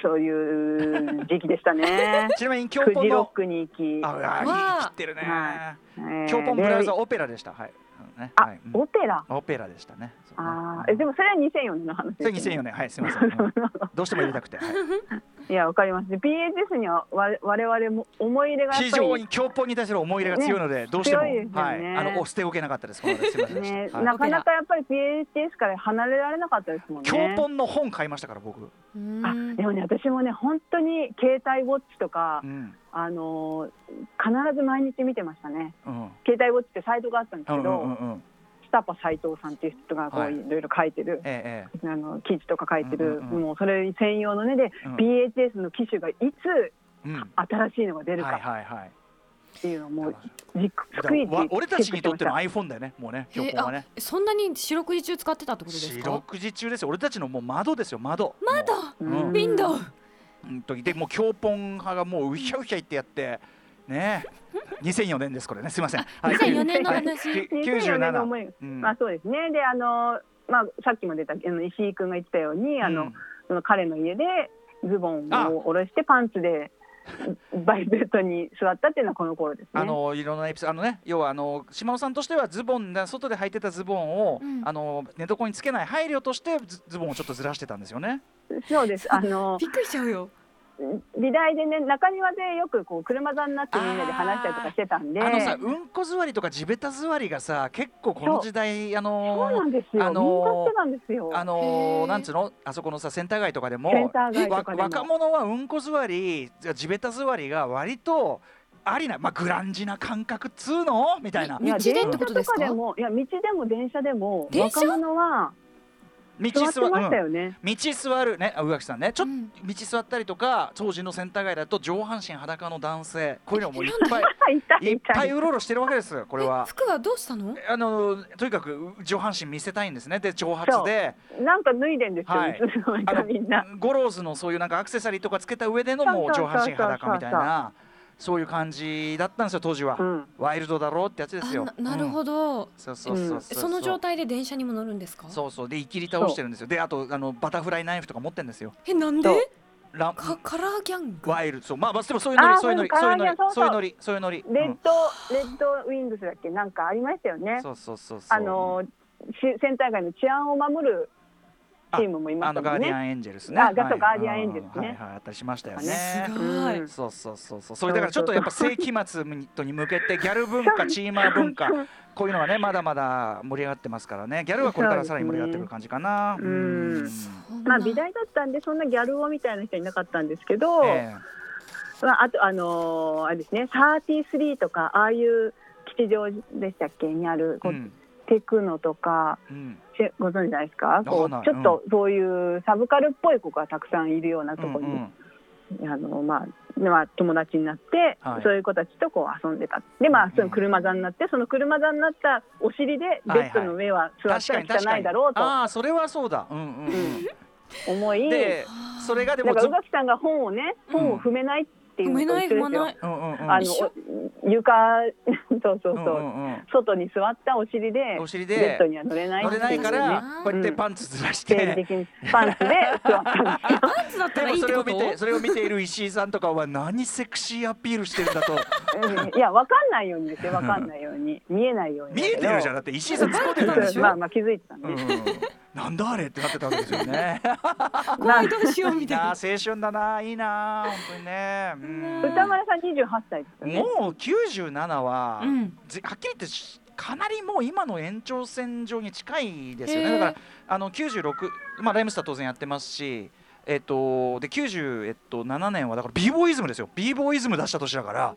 そういう時期でし (laughs) たねちなみに教フジ本ロッのクに行きああいい切ってるね。はえー教本ブラウザでオペラでしたはい。うんねあ、はいうんオペラオペラでしたね。そうねあーえでもそれは2004年の話それです2004よね年はいすみません。 (laughs) うんどうしても入れたくて。はいいやわかります PHS には我我々も思い入れがや非っぱり常に強ポに対する思い入れが強いので、どうしても、強いですよねはい、あのお捨ておけなかったです。この間すみませんでしたはね、いなかなかやっぱり PHS から離れられなかったですもんね教本の本買いましたから僕。うあんでもね私もね本当に携帯ウォッチとか、うん、あのー必ず毎日見てましたねうん、携帯ウォッチってサイトがあったんですうけん、ど、うん、うん、スタパ斎藤さんっていう人がこはういいろいろ書いてる、ええ、あの記事とか書いてる、うんうんうんもうそれ専用のねで、ええ、うん BHS の機種がいつうん、新しいのが出るはい、はい、かはい。っていうのをもだうかじら逐一わ俺たちにとってのチェックしてました iPhone だよね、もうね、え教本はね。あそんなに四六時中使ってたってことです四か。六時中ですよ、俺たちのもう窓ですよ、窓。窓も、ううんんウィンドウ。ううん、時でもう教本派がもううひゃうひゃ言ってやって。ねえ、2004年です、これね、すみません。はい2004年の話はいき2004年の97。思い、うんまあそうですねであのーまあさっきも出たあの石井君が言ってたようにあうの、んその彼の家でズボンあを下ろしてパンツでバイベッドに座ったっていうのはこの頃ですね。あのいろんなエピソードあのね要はあの島尾さんとしてはズボンだ外で履いてたズボンを、うんあの寝床につけない配慮としてズズボンをちょっとずらしてたんですよね。そうです。あのびっくりしちゃうよ。美大でね中庭でよくこう車座になってみんなで話したりとかしてたんで、あのさうんこ座りとか地べた座りがさ結構この時代あそうなのんですよ。ああのーのしてたんですよ。あへのーなんつうのあそこのさセンター街とかでセンもター街とわかでも若者はうんこ座り地べた座りが割とありなまあグランジな感覚っつうのみたいな。いや道でってことですか電車とかでもいや道でも電車でも電車若者は道座って座ましたうんよね。道座るねあ宇垣さんねちょっとうん道座ったりとか当時のセンター街だと上半身裸の男性こういうのもいっぱい (laughs) 痛いいっぱ痛いうろうろしてるわけですよこれえは。服はどうしたのあのとにかく上半身見せたいんですねで長髪でい。なんか脱いでんですよ。はいいつの間にあかのみんな。ゴローズのそういうなんかアクセサリーとかつけた上でのもうそ上うそうそう半そう身裸みたいなそういう感じだったんですよ当時は、うん。ワイルドだろうってやつですよあななるど、うんほど、そうそうそうそうえその状態で電車にも乗るんですかそうそうでいきり倒してるんですよであとあのバタフライナイフとか持ってるんですよえなんそうでランかカラーギャングワイルドそうまあまあでもそういうノあリーそういうノリそうそういうかノリあーそうそそうういうノリそういうノリレッド、レッドウィングスだっけ、なんかありましたようねん。そうそうそうそうあの、しセンター街の治安を守る。チームもいまあしたのガもんーディアね。ンエンジェルスねあはいガットガーディアンエンジェルスねはいはいあったりしましたよねねすうごい、んそうそうそうそうそれだからちょっとやっぱ世紀末に向けてギャル文化チーマー文化こういうのはねまだまだ盛り上がってますからねギャルはこれからさらに盛り上がってくる感じかなそうですねうんこんなまあ美大だったんでそんなギャル男みたいな人いなかったんですけど、えまあ、あとあのーあれですね33とかああいう吉祥寺でしたっけにあるえこう、うんテクノとかうんしご存知ないですかこわうかんないちょっとそういうサブカルっぽい子がたくさんいるようなうとんこうろに、んあのまあまあ、友達になって、はいそういう子たちとこう遊んでたでまうんあその車座になってその車座になったお尻でベッドの上は座っ確かたらに確か汚いにだろうとああそれはそうだうんうんう思い、んであーそれがでなもんかず宇垣さんが本をね本を踏めないっていう踏のとめな一緒でいす踏まなよいうんうんうんあ一緒の床 (laughs) そうそうそう、うんうんうん外に座ったお尻でお尻ベッでドには乗れない乗ってれいうないからねこうやってパンツずらし生理て的にパンツで座ったんですえパンツだったでらいもいっそてれこをと見てそれを見ている石井さんとかは何セクシーアピールしてるんだ (laughs) とうんいや、わかんないようにですよ、わかんないように、見えないように。見えてるじゃんだって石井さん突っ込んでるんですようんまあまあ気づいてたんで、うんなんだあれってなってたわけですよ (laughs) ね。怖いどうしよういいみたいなあな青春だなあいいなあ本当にね。うん歌丸さん28歳ですようんね。もう97は、うんぜはっきり言ってしかなりもう今の延長線上に近いですよへね。えだからあの96まあライムスター当然やってますし。えっと、で97、えっと、7年はだから b ボーイズムですよ b ボーイズム出した年だから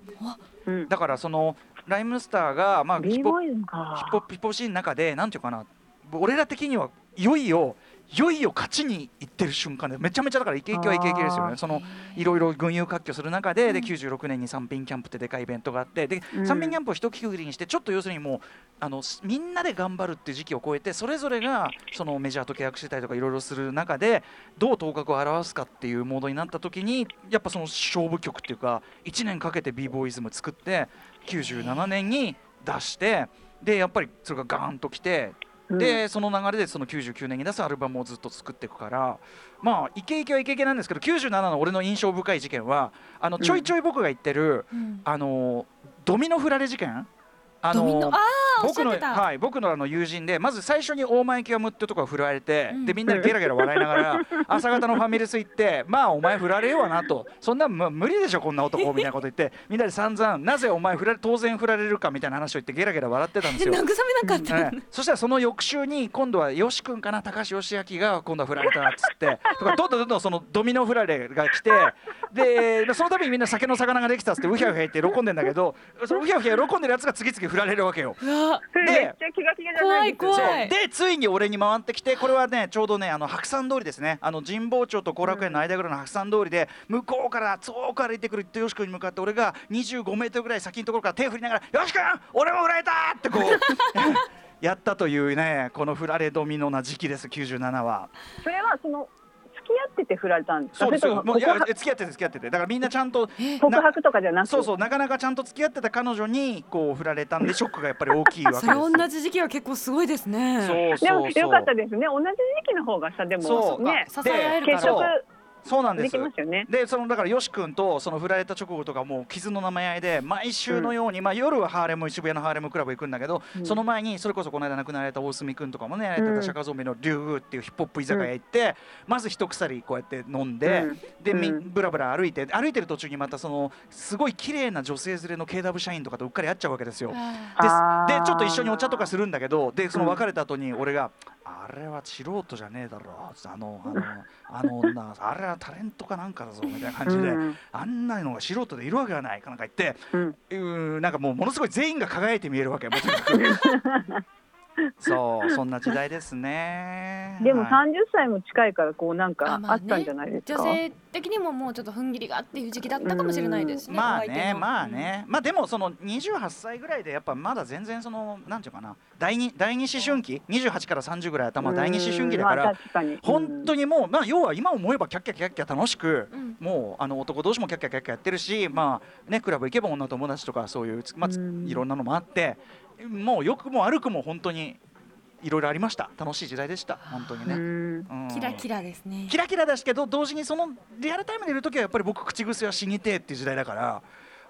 うん。だからそのライムスターが、まあ、ヒ b ップホップボーイズヒップホかッ。プヒップホップシーンの中でなんていうかな俺ら的にはいよいよいよいよ勝ちにいってる瞬間でめちゃめちゃだからイケイケはイケイケですよあねーそのいろいろ群雄割拠する中で,、でうん96年に三品キャンプってでかいイベントがあってで、うん三品キャンプを一区切りにしてちょっと要するにもうあのすみんなで頑張るって時期を超えてそれぞれがそのメジャーと契約してたりとかいろいろする中でどう頭角を表すかっていうモードになった時にやっぱその勝負曲っていうか1年かけて b ボーイズム作って97年に出してでやっぱりそれがガーンときてうん、でその流れでその99年に出すアルバムをずっと作っていくからまあイケイケはイケイケなんですけど97の俺の印象深い事件はあのうんちょいちょい僕が言ってる、うんあのドミノ振られ事件あドミノあーおっし僕ゃっのてたはい、僕のあの友人でまず最初に大前キアムってとこが振られて、うんでみんなでゲラゲラ笑いながら、 (laughs) 朝方のファミレス行ってまあお前振られようなとそんなむ無理でしょこんな男みたいなこと言ってみんなで散々なぜお前振られ当然振られるかみたいな話を言ってゲラゲラ笑ってたんですえよ (laughs) (laughs) 慰。めなかった、ええそしたらその翌週に今度はよし君かな高橋よしあきが今度は振られたっつってとかどんどんどんどんそのドミノ振られが来てでその度にみんな酒の魚ができたっつってウヒャウヒャ言って喜んでんだけどそのウヒャウヒャ喜んでるやつが次々振られるわけよ。うわそれめっちゃ気が気がじゃないですか怖い怖いそうでついに俺に回ってきてこれはねちょうどねあの白山通りですねあの神保町と後楽園の間ぐらいの白山通りで向こうから遠く歩いてくるってよし君に向かって俺が25メートルぐらい先のところから手を振りながら「よし君俺も振られた!」ってこ (laughs) うやったというねこの振られドミノな時期です97は。それはその付き合ってて振られたんですか。そうですれよとももうい告や白付き合ってて付き合っててだからみんなちゃんと告白とかじゃなくて。そうそうなかなかちゃんと付き合ってた彼女にこう振られたんでショックがやっぱり大きいわけですそれ同じ時期は結構すごいですねそうでそもうそうよかったですね。同じ時期の方がさでもそうねあ支え合えるかでら結束そうなんでですきますよね。でそのだからよし君とその振られた直後とかもう傷の名前合いで毎週のように、まあ、夜はハーレム渋谷のハーレムクラブ行くんだけど、うんその前にそれこそこの間亡くなられた大隅君とかもねやられてうたん釈迦ゾンビの竜宮っていうヒップホップ居酒屋行って、まず一鎖こうやって飲んで、うんでみうんブラブラ歩いて歩いてる途中にまたそのすごい綺麗な女性連れの KW 社員とかとうっかり会っちゃうわけですよ。あであーでちょっと一緒にお茶とかするんだけどでその別れた後に俺が「あれは素人じゃねえだろ」つってあのあのあの女あれはタレントかなんかだぞ」みたいな感じでうん「あんなのが素人でいるわけがない」かなんか言ってうん (laughs) うーんなんかもうものすごい全員が輝いて見えるわけよもうとにかくそうそんな時代ですね。でもはい30歳も近いからこうなんあかまああっねたんじゃないです女か、性的にももうちょっと踏ん切りがあっていう時期だったかもしれないですね。まあお相手ねのまあ。ね、まあでもその28歳ぐらいでやっぱまだ全然そのなんていうかな第二第二思春期28から30ぐらい頭は第二思春期だかうんまらあ、確かに本当ににもうまあ要は今思えばキャッキャキャッキャ楽しくう。んもうあの男同士もキャッキャキャッキャやってるし、まあね、クラブ行けば女友達とかそういう、まあ、つうんいろんなのもあってもう良くも悪くも本当にいろいろありました楽しい時代でした本当にね。うんキラキラですね。キラキラだしけど同時にそのリアルタイムでいる時はやっぱり僕口癖は死にてえっていう時代だから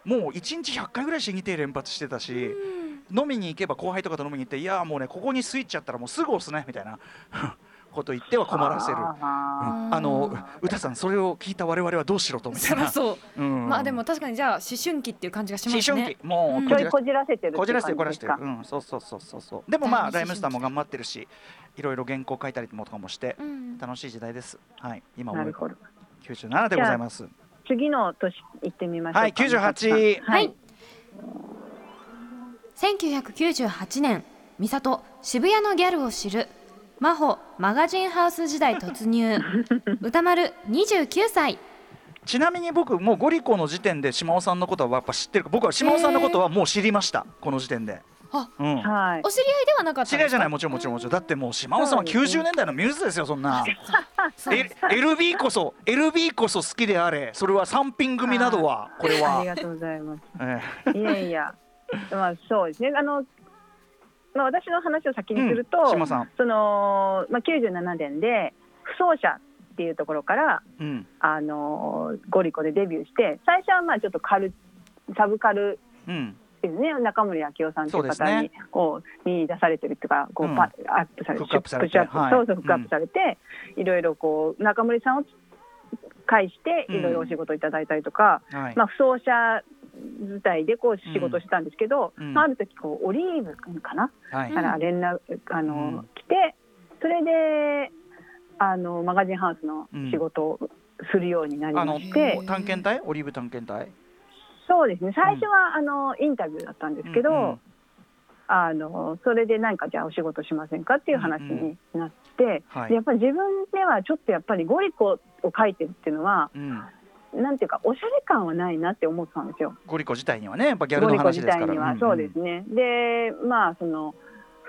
もう1日100回ぐらい死にてえ連発してたし飲みに行けば後輩とかと飲みに行っていやーもうねここにスイッチあったらもうすぐ押すねみたいな (laughs) こと言っては困らせるうんああの歌さんそれを聞いた我々はどうしろとみたそいならそう。 (laughs) うんまあでも確かにじゃあ思春期っていう感じがしま思すね。春期もうんうーちこょじいらこじらせてるってこじらせて感こじらでせすてかる、うん、そうそうそうそうそうでもまあラ第イ二思春期ムスターも頑張ってるしいろいろ原稿書いたりもとかもしてうん楽しい時代ですはい今な思えるばほど97でございます。次の年行ってみましょうかはい、98。はい。1998年、美里、渋谷のギャルを知る。真帆、マガジンハウス時代突入。歌丸、29歳。ちなみに僕もうゴリコの時点で島尾さんのことはやっぱ知ってる。僕は島尾さんのことはもう知りました。この時点で。あうん。はいお知り合いではなかった知り合いじゃないもちちろんもちろんもちろんだってもう島尾さんはそうですね90年代のミューズですよそん (laughs) な L- LB こそ LB こそ好きであれそれは三品組などはこれありはがとうございますえいや (laughs) いや、まあそうですね。あの、まあ私の話を先にすると、うん島さんそのまあ97年で不走者っていうところからえうんあのゴリコでデビューして、最初はまあちょっとカルサブカルうんですね。中森明夫さんとそいううです方にねこう見出されてるっていうか、こううんパアップされて、フックアップされてプッシュアップはいそうそううんフックアップされて、いろいろこう中森さんを介していろいろお仕事いただいたりとか。はいまあ、不走者自体でこう仕事してたんですけど、うんまあ、ある時こうオリーブ君かな、はいから連絡あの、うん来てそれであのマガジンハウスの仕事をするようになりあまのして、うん探検隊オリーブ探検隊そうですね最初は、あのインタビューだったんですけど、うんうんあのそれでなんかじゃあお仕事しませんかっていう話になって、はでやいっぱり自分ではちょっとやっぱりゴリコを書いてるっていうのはうんなんていうかおしゃれ感はないなって思ってたんですよ。ゴリコ自体にはねやっぱギャルのゴリコ話自です体からにはんそうですね、でまあその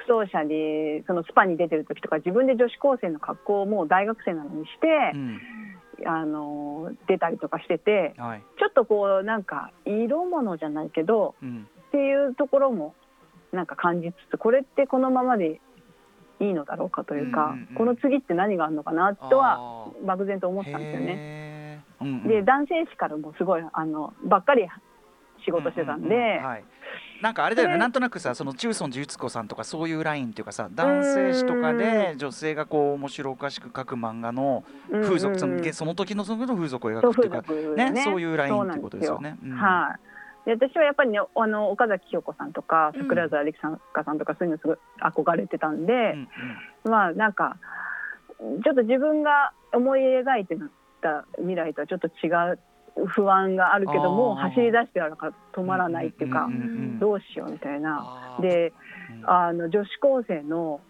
不走者でそのスパに出てる時とか自分で女子高生の格好をもう大学生なのにしてう、んあの出たりとかしててうんはいちょっとこうなんか色物じゃないけどうんっていうところもなんか感じつつこれってこのままでいいのだろうかというか、うんうんうんこの次って何があるのかなとはあー漠然と思ってたんですよね。へーうんうんで男性誌からもすごいあのばっかり仕事してたんで。うううんはいなんかあれだよそねれなんとなくさその中村樹子さんとかそういうラインっていうかさ男性誌とかで女性がこう面白おかしく書く漫画の風俗、そうんうんうんのその時のその時の風俗をそ描うくってい風うか俗ねねそういうラインそうっなてんことですよね。うんはい、で私はやっぱりねあの岡崎京子さんとかうん桜沢力さんかさんとかそういうのすごい憧れてたんで、うんうんまあなんかちょっと自分が思い描いてた未来とはちょっと違う不安があるけどもあー走り出してやるから止まらないっていうか、んんんどうしようみたいあな。ーでうんあの女子高生の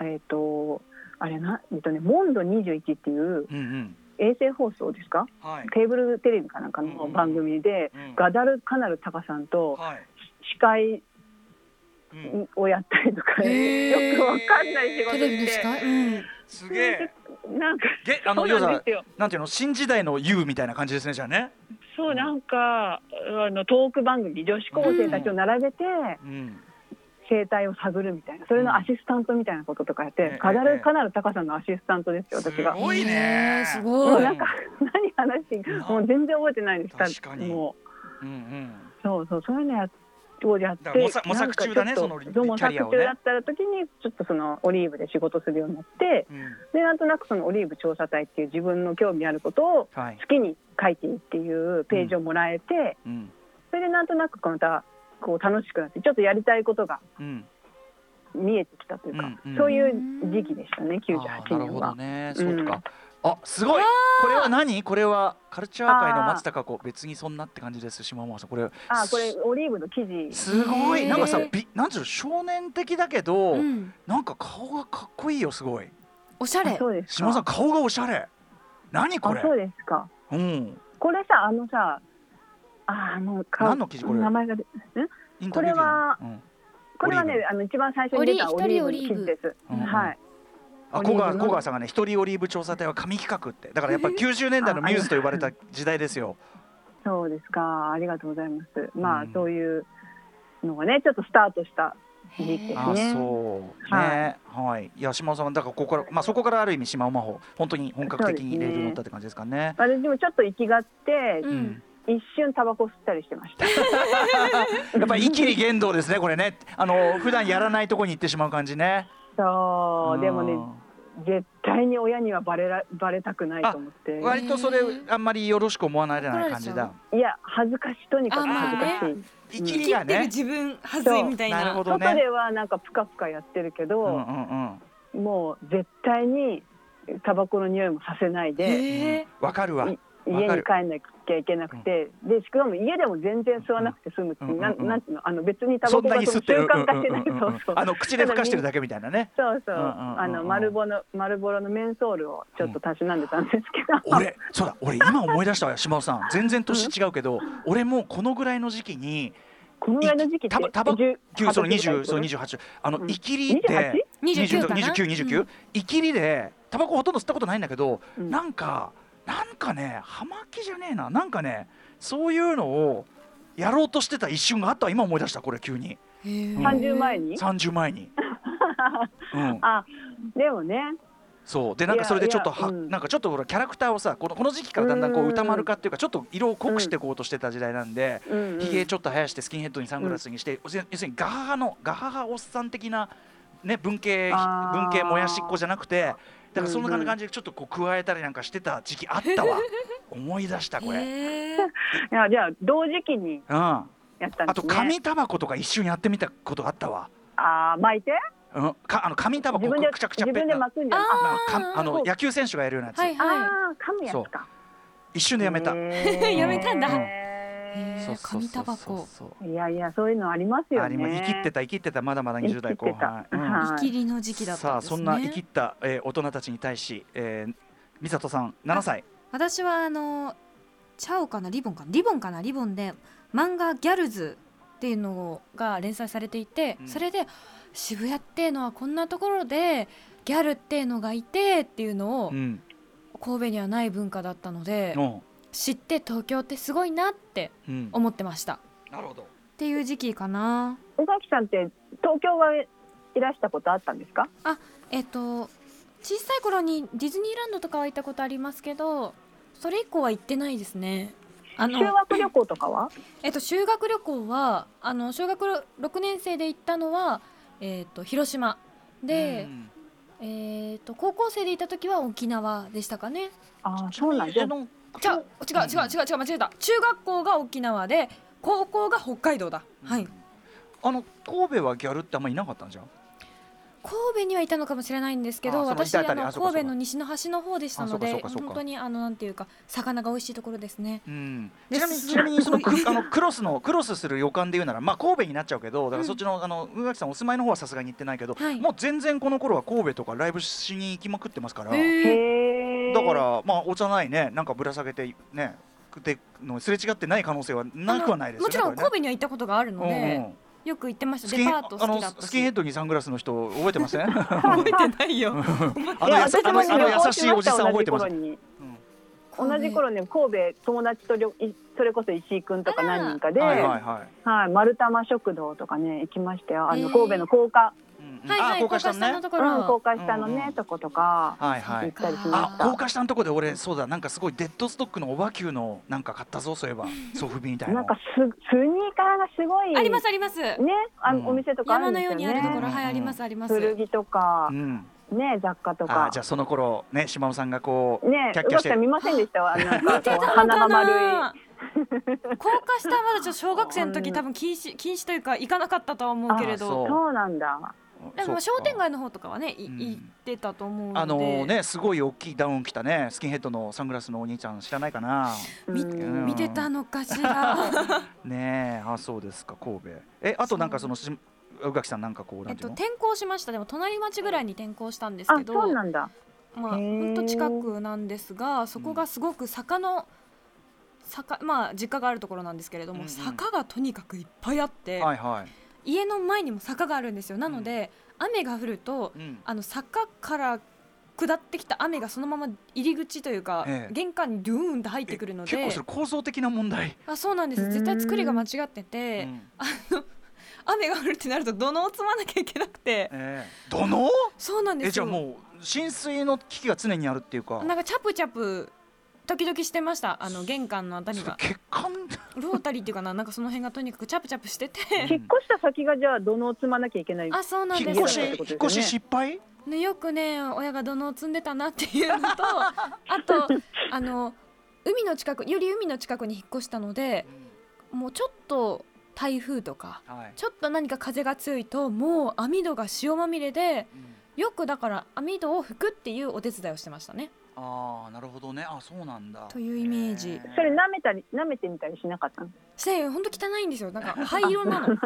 えっ、とあれな、えっとね、モンド21っていううんうん衛星放送ですかはいケーブルテレビかなんかの番組で、うんガダルカナルタカさんとはい司会うんをやったりとか、へーよくわかんない仕事テしレビのて司会、うん、すげえなんかげあのそ要うなんはですよなんていうの新時代の YOU みたいな感じですねじゃあね。そうなんかあのトーク番組女子高生たちを並べてうん生態を探るみたいなそれのアシスタントみたいなこととかやうっんて、ええガダええルカナルタカさんのアシスタントですよ私がす。ごいねへーすもごういなんか何話していいかもう全然覚えてないです確かにもううんうんそうそうそういうのやっをやっだてから模索模索中だねなんかちょそのっとキう模ャ索リアを中ねだった時にちょっとそのオリーブで仕事するようになってうんでなんとなくそのオリーブ調査隊っていう自分の興味あることをはい好きに書いていいっていうページをもらえて、うんそれでなんとなくまたこう楽しくなってちょっとやりたいことがうん見えてきたというか、うんうんそういう時期でしたねあー98なる年ほどは。ね、そうか。あすごいこれは何これはカルチャー界の松たか子別にそんなって感じです島村さんこれあこれオリーブの生地すごへいーなんかさびなんていうの少年的だけど、うん、なんか顔がかっこいいよすごいおしゃれあそうです島村さかん顔がおしゃれ何こあれそうですかうんこれさあのさああのか何の生地これ名前がイ出ンタビュー記事これはうんこれはオリーねブあの一番最初に出たオオリリ一人オーブリーの生ブ地です、うんはいあオリ小ーブ川の小川さんがね一人オリーブ調査隊は神企画ってだからやっぱ90年代のミューズと呼ばれた時代ですよそうですかありがとうございますまあ、うんそういうのがねちょっとスタートした時期ですあねそうはいねはいいや島尾さんだからここからまあそこからある意味島尾真帆本当に本格的にレールに乗ったって感じですかね私もちょっと行きがって、うん一瞬タバコ吸ったりしてましたやっぱり一気に言動ですねこれねあの普段やらないとこに行ってしまう感じねそううんでもね絶対に親にはバレらバレたくないと思って割とそれあんまりよろしく思わないじゃない感じだいや恥ずかしいとにかくあまあ恥ずねかしい、一ん気に切がってるね自分はずいみたいなるなほどね外ではなんかプカプカやってるけうどん、うんうんもう絶対にタバコの匂いもさせないでへえわかるわ家わにかる帰んなきゃいけなくて、でしかも家でも全然吸わなくて済むっていう、うんなうんうんなんていうのあの別にタバそんコながに吸そのって習る慣化してない、うんうんうんうんそうそうあの口でふかしてるだけみたいなねそうそう、うんうんうんうんあの丸ボの丸ボロのメンソールをちょっとたしなんでたんですけど、俺そうだ俺今思い出したわ島尾さん全然年違うけど俺もうこのぐらいの時期にこのぐらいの時期ってタバタバ10 9その20その20 28あのうんいきりって29かな2929いきりでタバコほとんど吸ったことないんだけどうんなんかなんかね葉巻じゃねえななんかねそういうのをやろうとしてた一瞬があったわ今思い出したこれ急にうん三十前に、 30前 (laughs) にうんあでもねそうでなんかそれでちょっといやはいやうんなんかちょっとほらキャラクターをさこのこの時期からだんだんこううん歌丸化っていうかちょっと色を濃くしていこうとしてた時代なんでうんうんひげちょっと生やしてスキンヘッドにサングラスにして、要するに要するにガハハのガハハおっさん的な、ね、文系あー文系もやしっこじゃなくてだからそんうんうなん感じでちょっとこう加えたりなんかしてた時期あった (laughs) わ思い出したこれ、へえいやじゃあ同時期にうん、あやったんですねと紙タバコとか一瞬やってみたことがあったわ、あー巻いてうん、かあの紙タバコ自分でくちゃくちゃ自分で巻くんじゃんあまあかあのそう野球選手がやるようなやつ、はいはああ噛むやつか一瞬でやめた、 (laughs) へーやめたんだへいそうそうそ紙タうそうバコそうーいやいやそういうのありますよねあでも生きってた生きってたまだまだ20代後半生きてたうんはい生きりの時期だったさんであすそんな生きねった、えー大人たちに対し、えー、美里さん7歳私はあのチャオかなリボンかなリボンかなリボンで漫画ギャルズっていうのが連載されていて、うんそれで渋谷っていうのはこんなところでギャルっていうのがいてっていうのをうん、神戸にはない文化だったので、うん知って東京ってすごいなってうん、思ってましたっなるほどていう時期かな小垣さんって東京はいらしたことあったんですかえっと小さい頃にディズニーランドとかは行ったことありますけどそれ以降は行ってないですねあの修学旅行とかはえっと、修学旅行はあの小学6年生で行ったのは、えっと広島で、えっと高校生で行った時は沖縄でしたかねああそうなんですの違う違う違う違う違う間違えた中学校が沖縄で高校が北海道だ、はいあの神戸はギャルってあんまりいなかったんじゃん神戸にはいたのかもしれないんですけどあそう私いたいたあのあそうか神戸そうのか西の端の方でしたのあそでうかそうかそうか本当にあのなんていうか魚が美味しいところですねうん、でちなみにすちなみにその (laughs) くすごいあのクロスのクロスする予感で言うならまあ神戸になっちゃうけどだかうらんそっちの、あの上垣さんお住まいの方はさすがに行ってないけど、はいもう全然この頃は神戸とかライブしに行きまくってますから、へえへえだからまあお茶ないねなんかぶら下げてねでのすれ違ってない可能性はなくはないですよもねちろんこれ神戸には行ったことがあるので、ねうんうんよく行ってましたスデキンパート好きだっあたのしスキンヘッドにサングラスの人覚えて (laughs) ま (laughs) せんあ覚えてないよのいややさ私あのもねあの旅行優しいおじさん覚えてましすました同じ頃神に戸同じ頃ね神戸友達とりょいそれこそ石井くんとか何人かで、ははいいはいはい丸玉食堂とかね行きましたよあへのー神戸の高う架、んうんはいはい、あ高高架架下の下のねとこうん、高ろ。架下のね、うんうんとことかはいは行っいたりしまあした、高架下のとこで俺そうだなんかすごいデッドストックのおばきゅうのなんか買ったぞそういえばソフビみたいななんかススニーカーがすごいありますあります。ね、あうんのお店とかある山んのでよすうよにあるところ、うんはい、ありますあります。古着とかう、んね、雑貨とあかじゃあ。その頃ね島尾さんがこうね、キャッうキャがしてさん見ませんで (laughs) したわ、なん見か、てたこのう鼻かが丸い。な。高架下はまだちょっと小学生の時多分禁止禁止というか行かなかったとは思うけれあど。そうそうなんだ。でそうもか商店街の方とかはねいうん行ってたと思うので、あのねすごい大きいダウン着たねスキンヘッドのサングラスのお兄ちゃん知らないかなみうん見てたのかし (laughs) らねえあそうですか神戸えあとなんかそのし宇垣さんなんかこうえなっんていとうの、転校しましたでも隣町ぐらいに転校したんですあけどそうなんだまあ、へーほんと近くなんですがそこがすごく坂の坂まあ実家があるところなんですけれども、うんうん坂がとにかくいっぱいあって、はいはい、家の前にも坂があるんですよなので、雨が降るとうん、あの坂から下ってきた雨がそのまま入り口というか、ええ玄関にドゥーンと入ってくるのえ結で構それ構造的な問題、あそうなんです絶対作りが間違ってて、うん雨が降るってなると土のうを積まなきゃいけなくてええ土のうそうなんですよえじゃあもう浸水の危機が常にあるっていうかなんかチャプチャプ時々してましたあの玄関のあたりそれが血管ロータリーっていうかななんかその辺がとにかくチャプチャプしてて、うん引っ越した先がじゃあ土のうを積まなきゃいけな (laughs) いあそうなん引でっす越よしっ引てことっですよね越し失敗ね、よくね親が土のを積んでたなっていうの (laughs) とあとあの海の近くより海の近くに引っ越したのでもうちょっと台風とかはいちょっと何か風が強いともう網戸が塩まみれでよくだから網戸を拭くっていうお手伝いをしてましたね。ああなるほどねあそうなんだというイメージへえそれ舐めたり舐めてみたりしなかったのせ本当汚いんですよなんか灰色 (laughs) なの。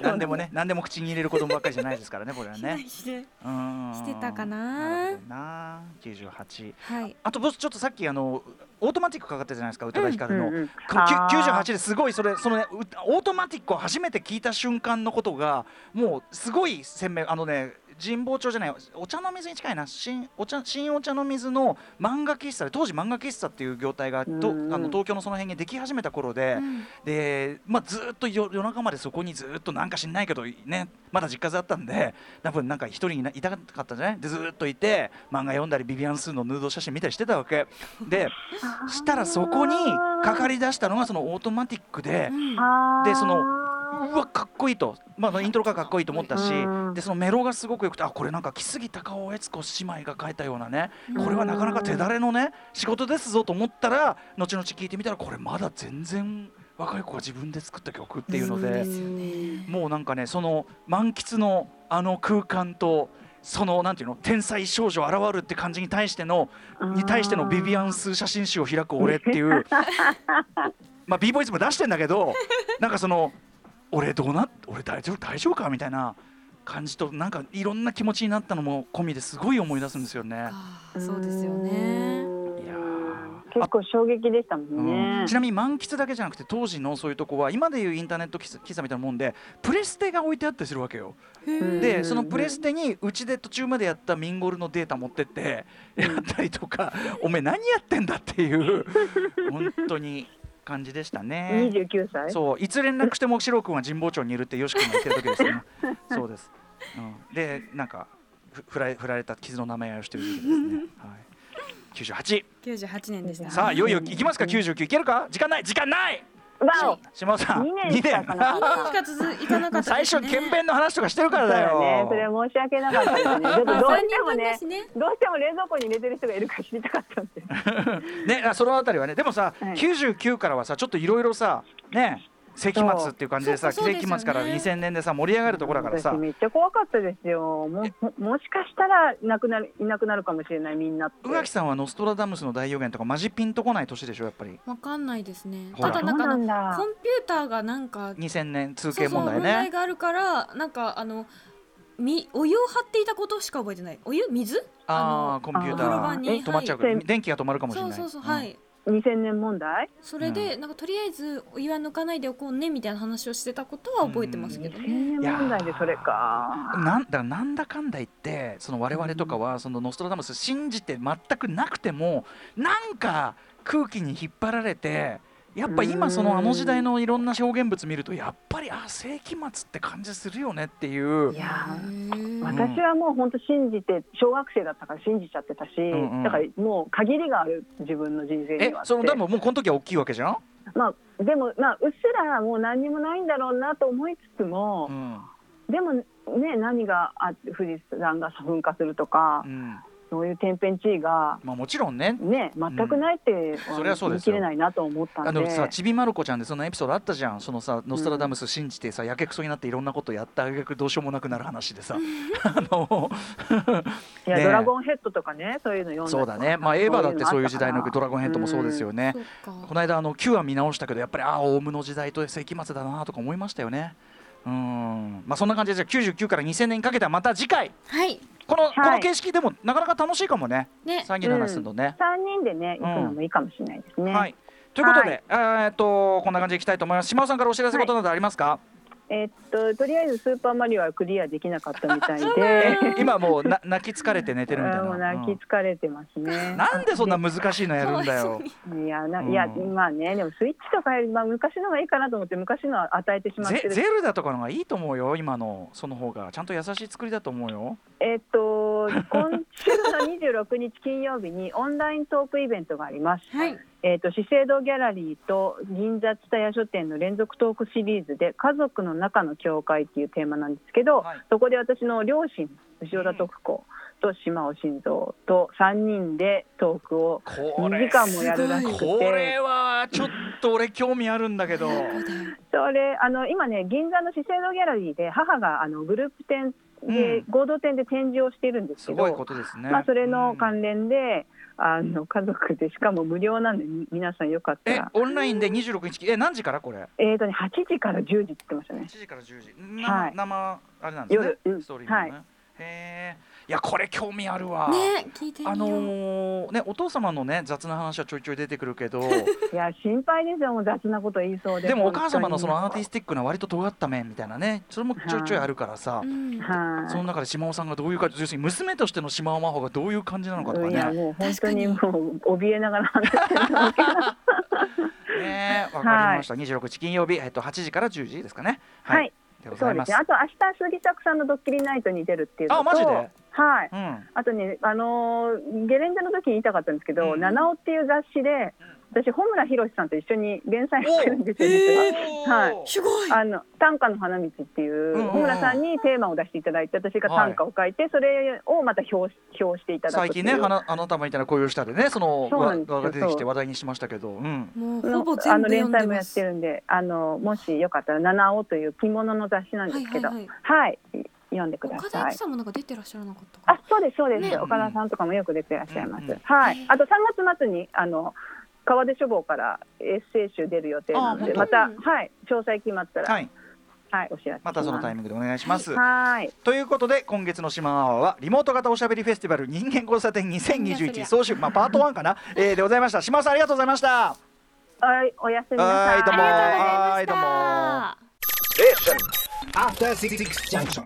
何でもね何でも口に入れる子供ばっかりじゃないですからねこれは避難ねしてうんしてたかななるほどな98はい。あとボスちょっとさっきあのオートマティックかかったじゃないですか宇多田ヒカルの、うんうんきゅあー98ですごいそれそのねうオートマティックを初めて聞いた瞬間のことがもうすごい鮮明あのね神保町じゃないお茶の水に近いな新お茶新お茶の水の漫画喫茶で当時漫画喫茶っていう業態がとあうんうんの東京のその辺にでき始めた頃で、うんで、まあ、ずーっと夜夜中までそこにずーっとなんか知んないけどねまだ実家だったんで多分なんか一人にないたかったんじゃないでずーっといて漫画読んだりビビアン・スーのヌード写真見たりしてたわけでしたらそこにかかりだしたのがそのオートマティックで。うんでそのうわかっこいいと、まあ、イントロがかっこいいと思ったしうんでそのメロがすごくよくてあこれなんか木杉高尾悦子姉妹が書いたようなねこれはなかなか手だれのね仕事ですぞと思ったら後々聞いてみたらこれまだ全然若い子が自分で作った曲っていうのそうでですよね。もうなんかねその満喫のあの空間とそのなんていうの天才少女現るって感じに対してのに対してのビビアンス写真集を開く俺っていうまあ b ボイズも出してんだけどなんかその俺どうな俺大丈夫大丈夫かみたいな感じとなんかいろんな気持ちになったのも込みですごい思い出すんですよね。あーそうですよね。いやー結構衝撃でしたもんうねん、ちなみに満喫だけじゃなくて当時のそういうとこは今でいうインターネット喫茶喫茶みたいなもんでプレステが置いてあったりするわけよ。うんでそのプレステにうちで途中までやったミンゴルのデータ持ってってやったりとかおめえ何やってんだっていう (laughs) 本当に感じでしたね。 29歳そういつ連絡しても白君は神保町にいるってよし君が言ってる時ですね。 (laughs) そうです。うん、でなんかふ振られ振られた傷の名前をしてる時期 (laughs) ですね。はい。九十八。九十八年でした。さあいよいよ行きますか九十九。いけるか？時間ない時間ない。わお島尾さん二年しかかな二年しか続いかなかった最です初 (laughs) ね。剣弁の話とかしてるからそうだだよ。ねそれは申し訳なかったですねちょっとどうしてもまあね三人分だしねどうしても冷蔵庫に入れてる人がいるか知りたかったんでね、あそのあたりはね、でもさ、はい99からはさ、ちょっといろいろさ、ね、世紀末っていう感じでさ、そうそうそう世紀末からそうです2000年でさ、盛り上がるところだからさ私、めっちゃ怖かったですよもももしかしたらなくなるいなくなるかもしれないみんなって宇垣さんはノストラダムスの大予言とか、マジピンとこない年でしょ、やっぱり。わかんないですね。ほたらだなんかあそうのなんだコンピューターがなんか2000年通そう慶そう問題問題ね。があるからなんかあのみお湯を張っていたことしか覚えてない。お湯水？ああ、のコンピュータお風呂場ー。に止まっちゃうはから、はい電気が止まるかもいしれそなうい。そうそうはうんい。 2000年問題それで、なんかとりあえずお湯は抜かないでおこうねみたいな話をしてたことは覚えてますけどね。 2000年問題でそれかなんだなんだかんだ言ってその我々とかはそのノストラダムス信じて全くなくてもなんか空気に引っ張られてやっぱ今そのあの時代のいろんな表現物見るとやっぱりあ世紀末って感じするよねっていうい。やーへー私はもう本当信じて小学生だったから信じちゃってたし、んうんだからもう限りがある自分の人生えにはってそのでももうこの時は大きいわけじゃん、まあでもまあうっすらもう何にもないんだろうなと思いつつもう、んでもね何があ富士山が噴火するとかう、んそういう天変地異がまあもちろんね。ね全くないってそりゃそう言でいす切よれないなと思ったあんで、のさちびまる子ちゃんでそんなエピソードあったじゃんそのさノストラダムス信じてさやけくそになっていろんなことやったあげくどうしようもなくなる話 (laughs) でさあのいや、ねドラゴンヘッドとかねそういうの読んだりそうだねまあエヴァだってそういう時代のドラゴンヘッドもそうですよねそっこかの間あの9話見直したけどやっぱりああオウムの時代と世紀末だなとか思いましたよねうんまあそんな感じでじゃあ99から2000年にかけてはまた次回はいこの,、いこの形式でもなかなか楽しいかもねね3人の話するのね、 3人でね行くのもいいかもしれないですね、はいということで、えーっとこんな感じでいきたいと思います島尾さんからお知らせことなどありますか、えっととりあえず「スーパーマリオ」はクリアできなかったみたいで (laughs) え今もうな泣き疲れて寝てるみたいな、もう泣き疲れてますね、うんなんでそんな難しいのやるんだかわいそうよにいやな、うんいやまあねでもスイッチとかより、まあ、昔のがいいかなと思って昔のは与えてしまっゼてるゼルダとかの方がいいと思うよ今のその方がちゃんと優しい作りだと思うよえっと今週の26日金曜日にオンライントークイベントがあります、はいえっと資生堂ギャラリーと銀座蔦屋書店の連続トークシリーズで「家族の中の境界」っていうテーマなんですけど、はいそこで私の両親潮田徳子と島尾晋三と3人でトークをこ2れ時間もやるらしくて。これはちょっと俺興味あるんだけどそうだよそれあの今ね銀座の資生堂ギャラリーで母があのグループ展で、うん合同展で展示をしているんですすけごいどことですね、まあ、それのうん関連で、あの家族でしかも無料なんでみ皆さんよかったえらオンラインで26日え何時からこれえっ、とね8時から10時って言ってましたね1時から10時生,、はい生あれなんですね夜うんストーリーもね、へえいやこれ興味あるわ、ね聞いてみようあのーねお父様のね雑な話はちょいちょい出てくるけどいや心配ですよもう雑なこと言いそうででもお母様のそのアーティススティックな割と尖った面みたいなねそれもちょいちょいあるからさ、うんはいその中で島尾さんがどういう感じ要するに娘としての島尾真帆がどういう感じなのかとかいやねもう本当にもう怯えながら話してるのでねわかりました、26日金曜日、えっと、8時から10時ですかねはい、でごそざういでますすねあと明日杉作さんのドッキリナイトに出るっていうのとあマジではいうんあとね、あのーゲレンデの時に言いたかったんですけど、うん七尾っていう雑誌で、私、穂村弘さんと一緒に連載してるんですよ、実ははいすごいあの短歌の花道っていう、うんうんうん穂村さんにテーマを出していただいて、私が短歌を書いて、それをまた表し表していただく最ってい近うね花あなたみたいな恋をしたでねそのそうなんですよわが出てきて話題にしましたけど、うん、もうのほぼあ全部読んでの連載もやまってするんで、あのもしよかったら、七尾という着物の雑誌なんですけど、ははいいはい読んでくだ岡田さ由い紀。さんもなんか出てらっしゃらなかったかあな、そうですそうです、ね岡田さんとかもよく出てらっしゃいます。うんうんはい。あと3月末にあの川出書房からエッセイ集出る予定なので、あまた本当はい詳細決まったらははい、いお知らせしまたそのタイミングでお願いします、はい。ということで今月の島アワーはリモート型おしゃべりフェスティバル人間交差点2021総集、まあ、パート1かな、えーでございました島尾さんありがとうございましたはいおやすみなさはいどうもありがとうございましたはいどう Station. も After Six Junction.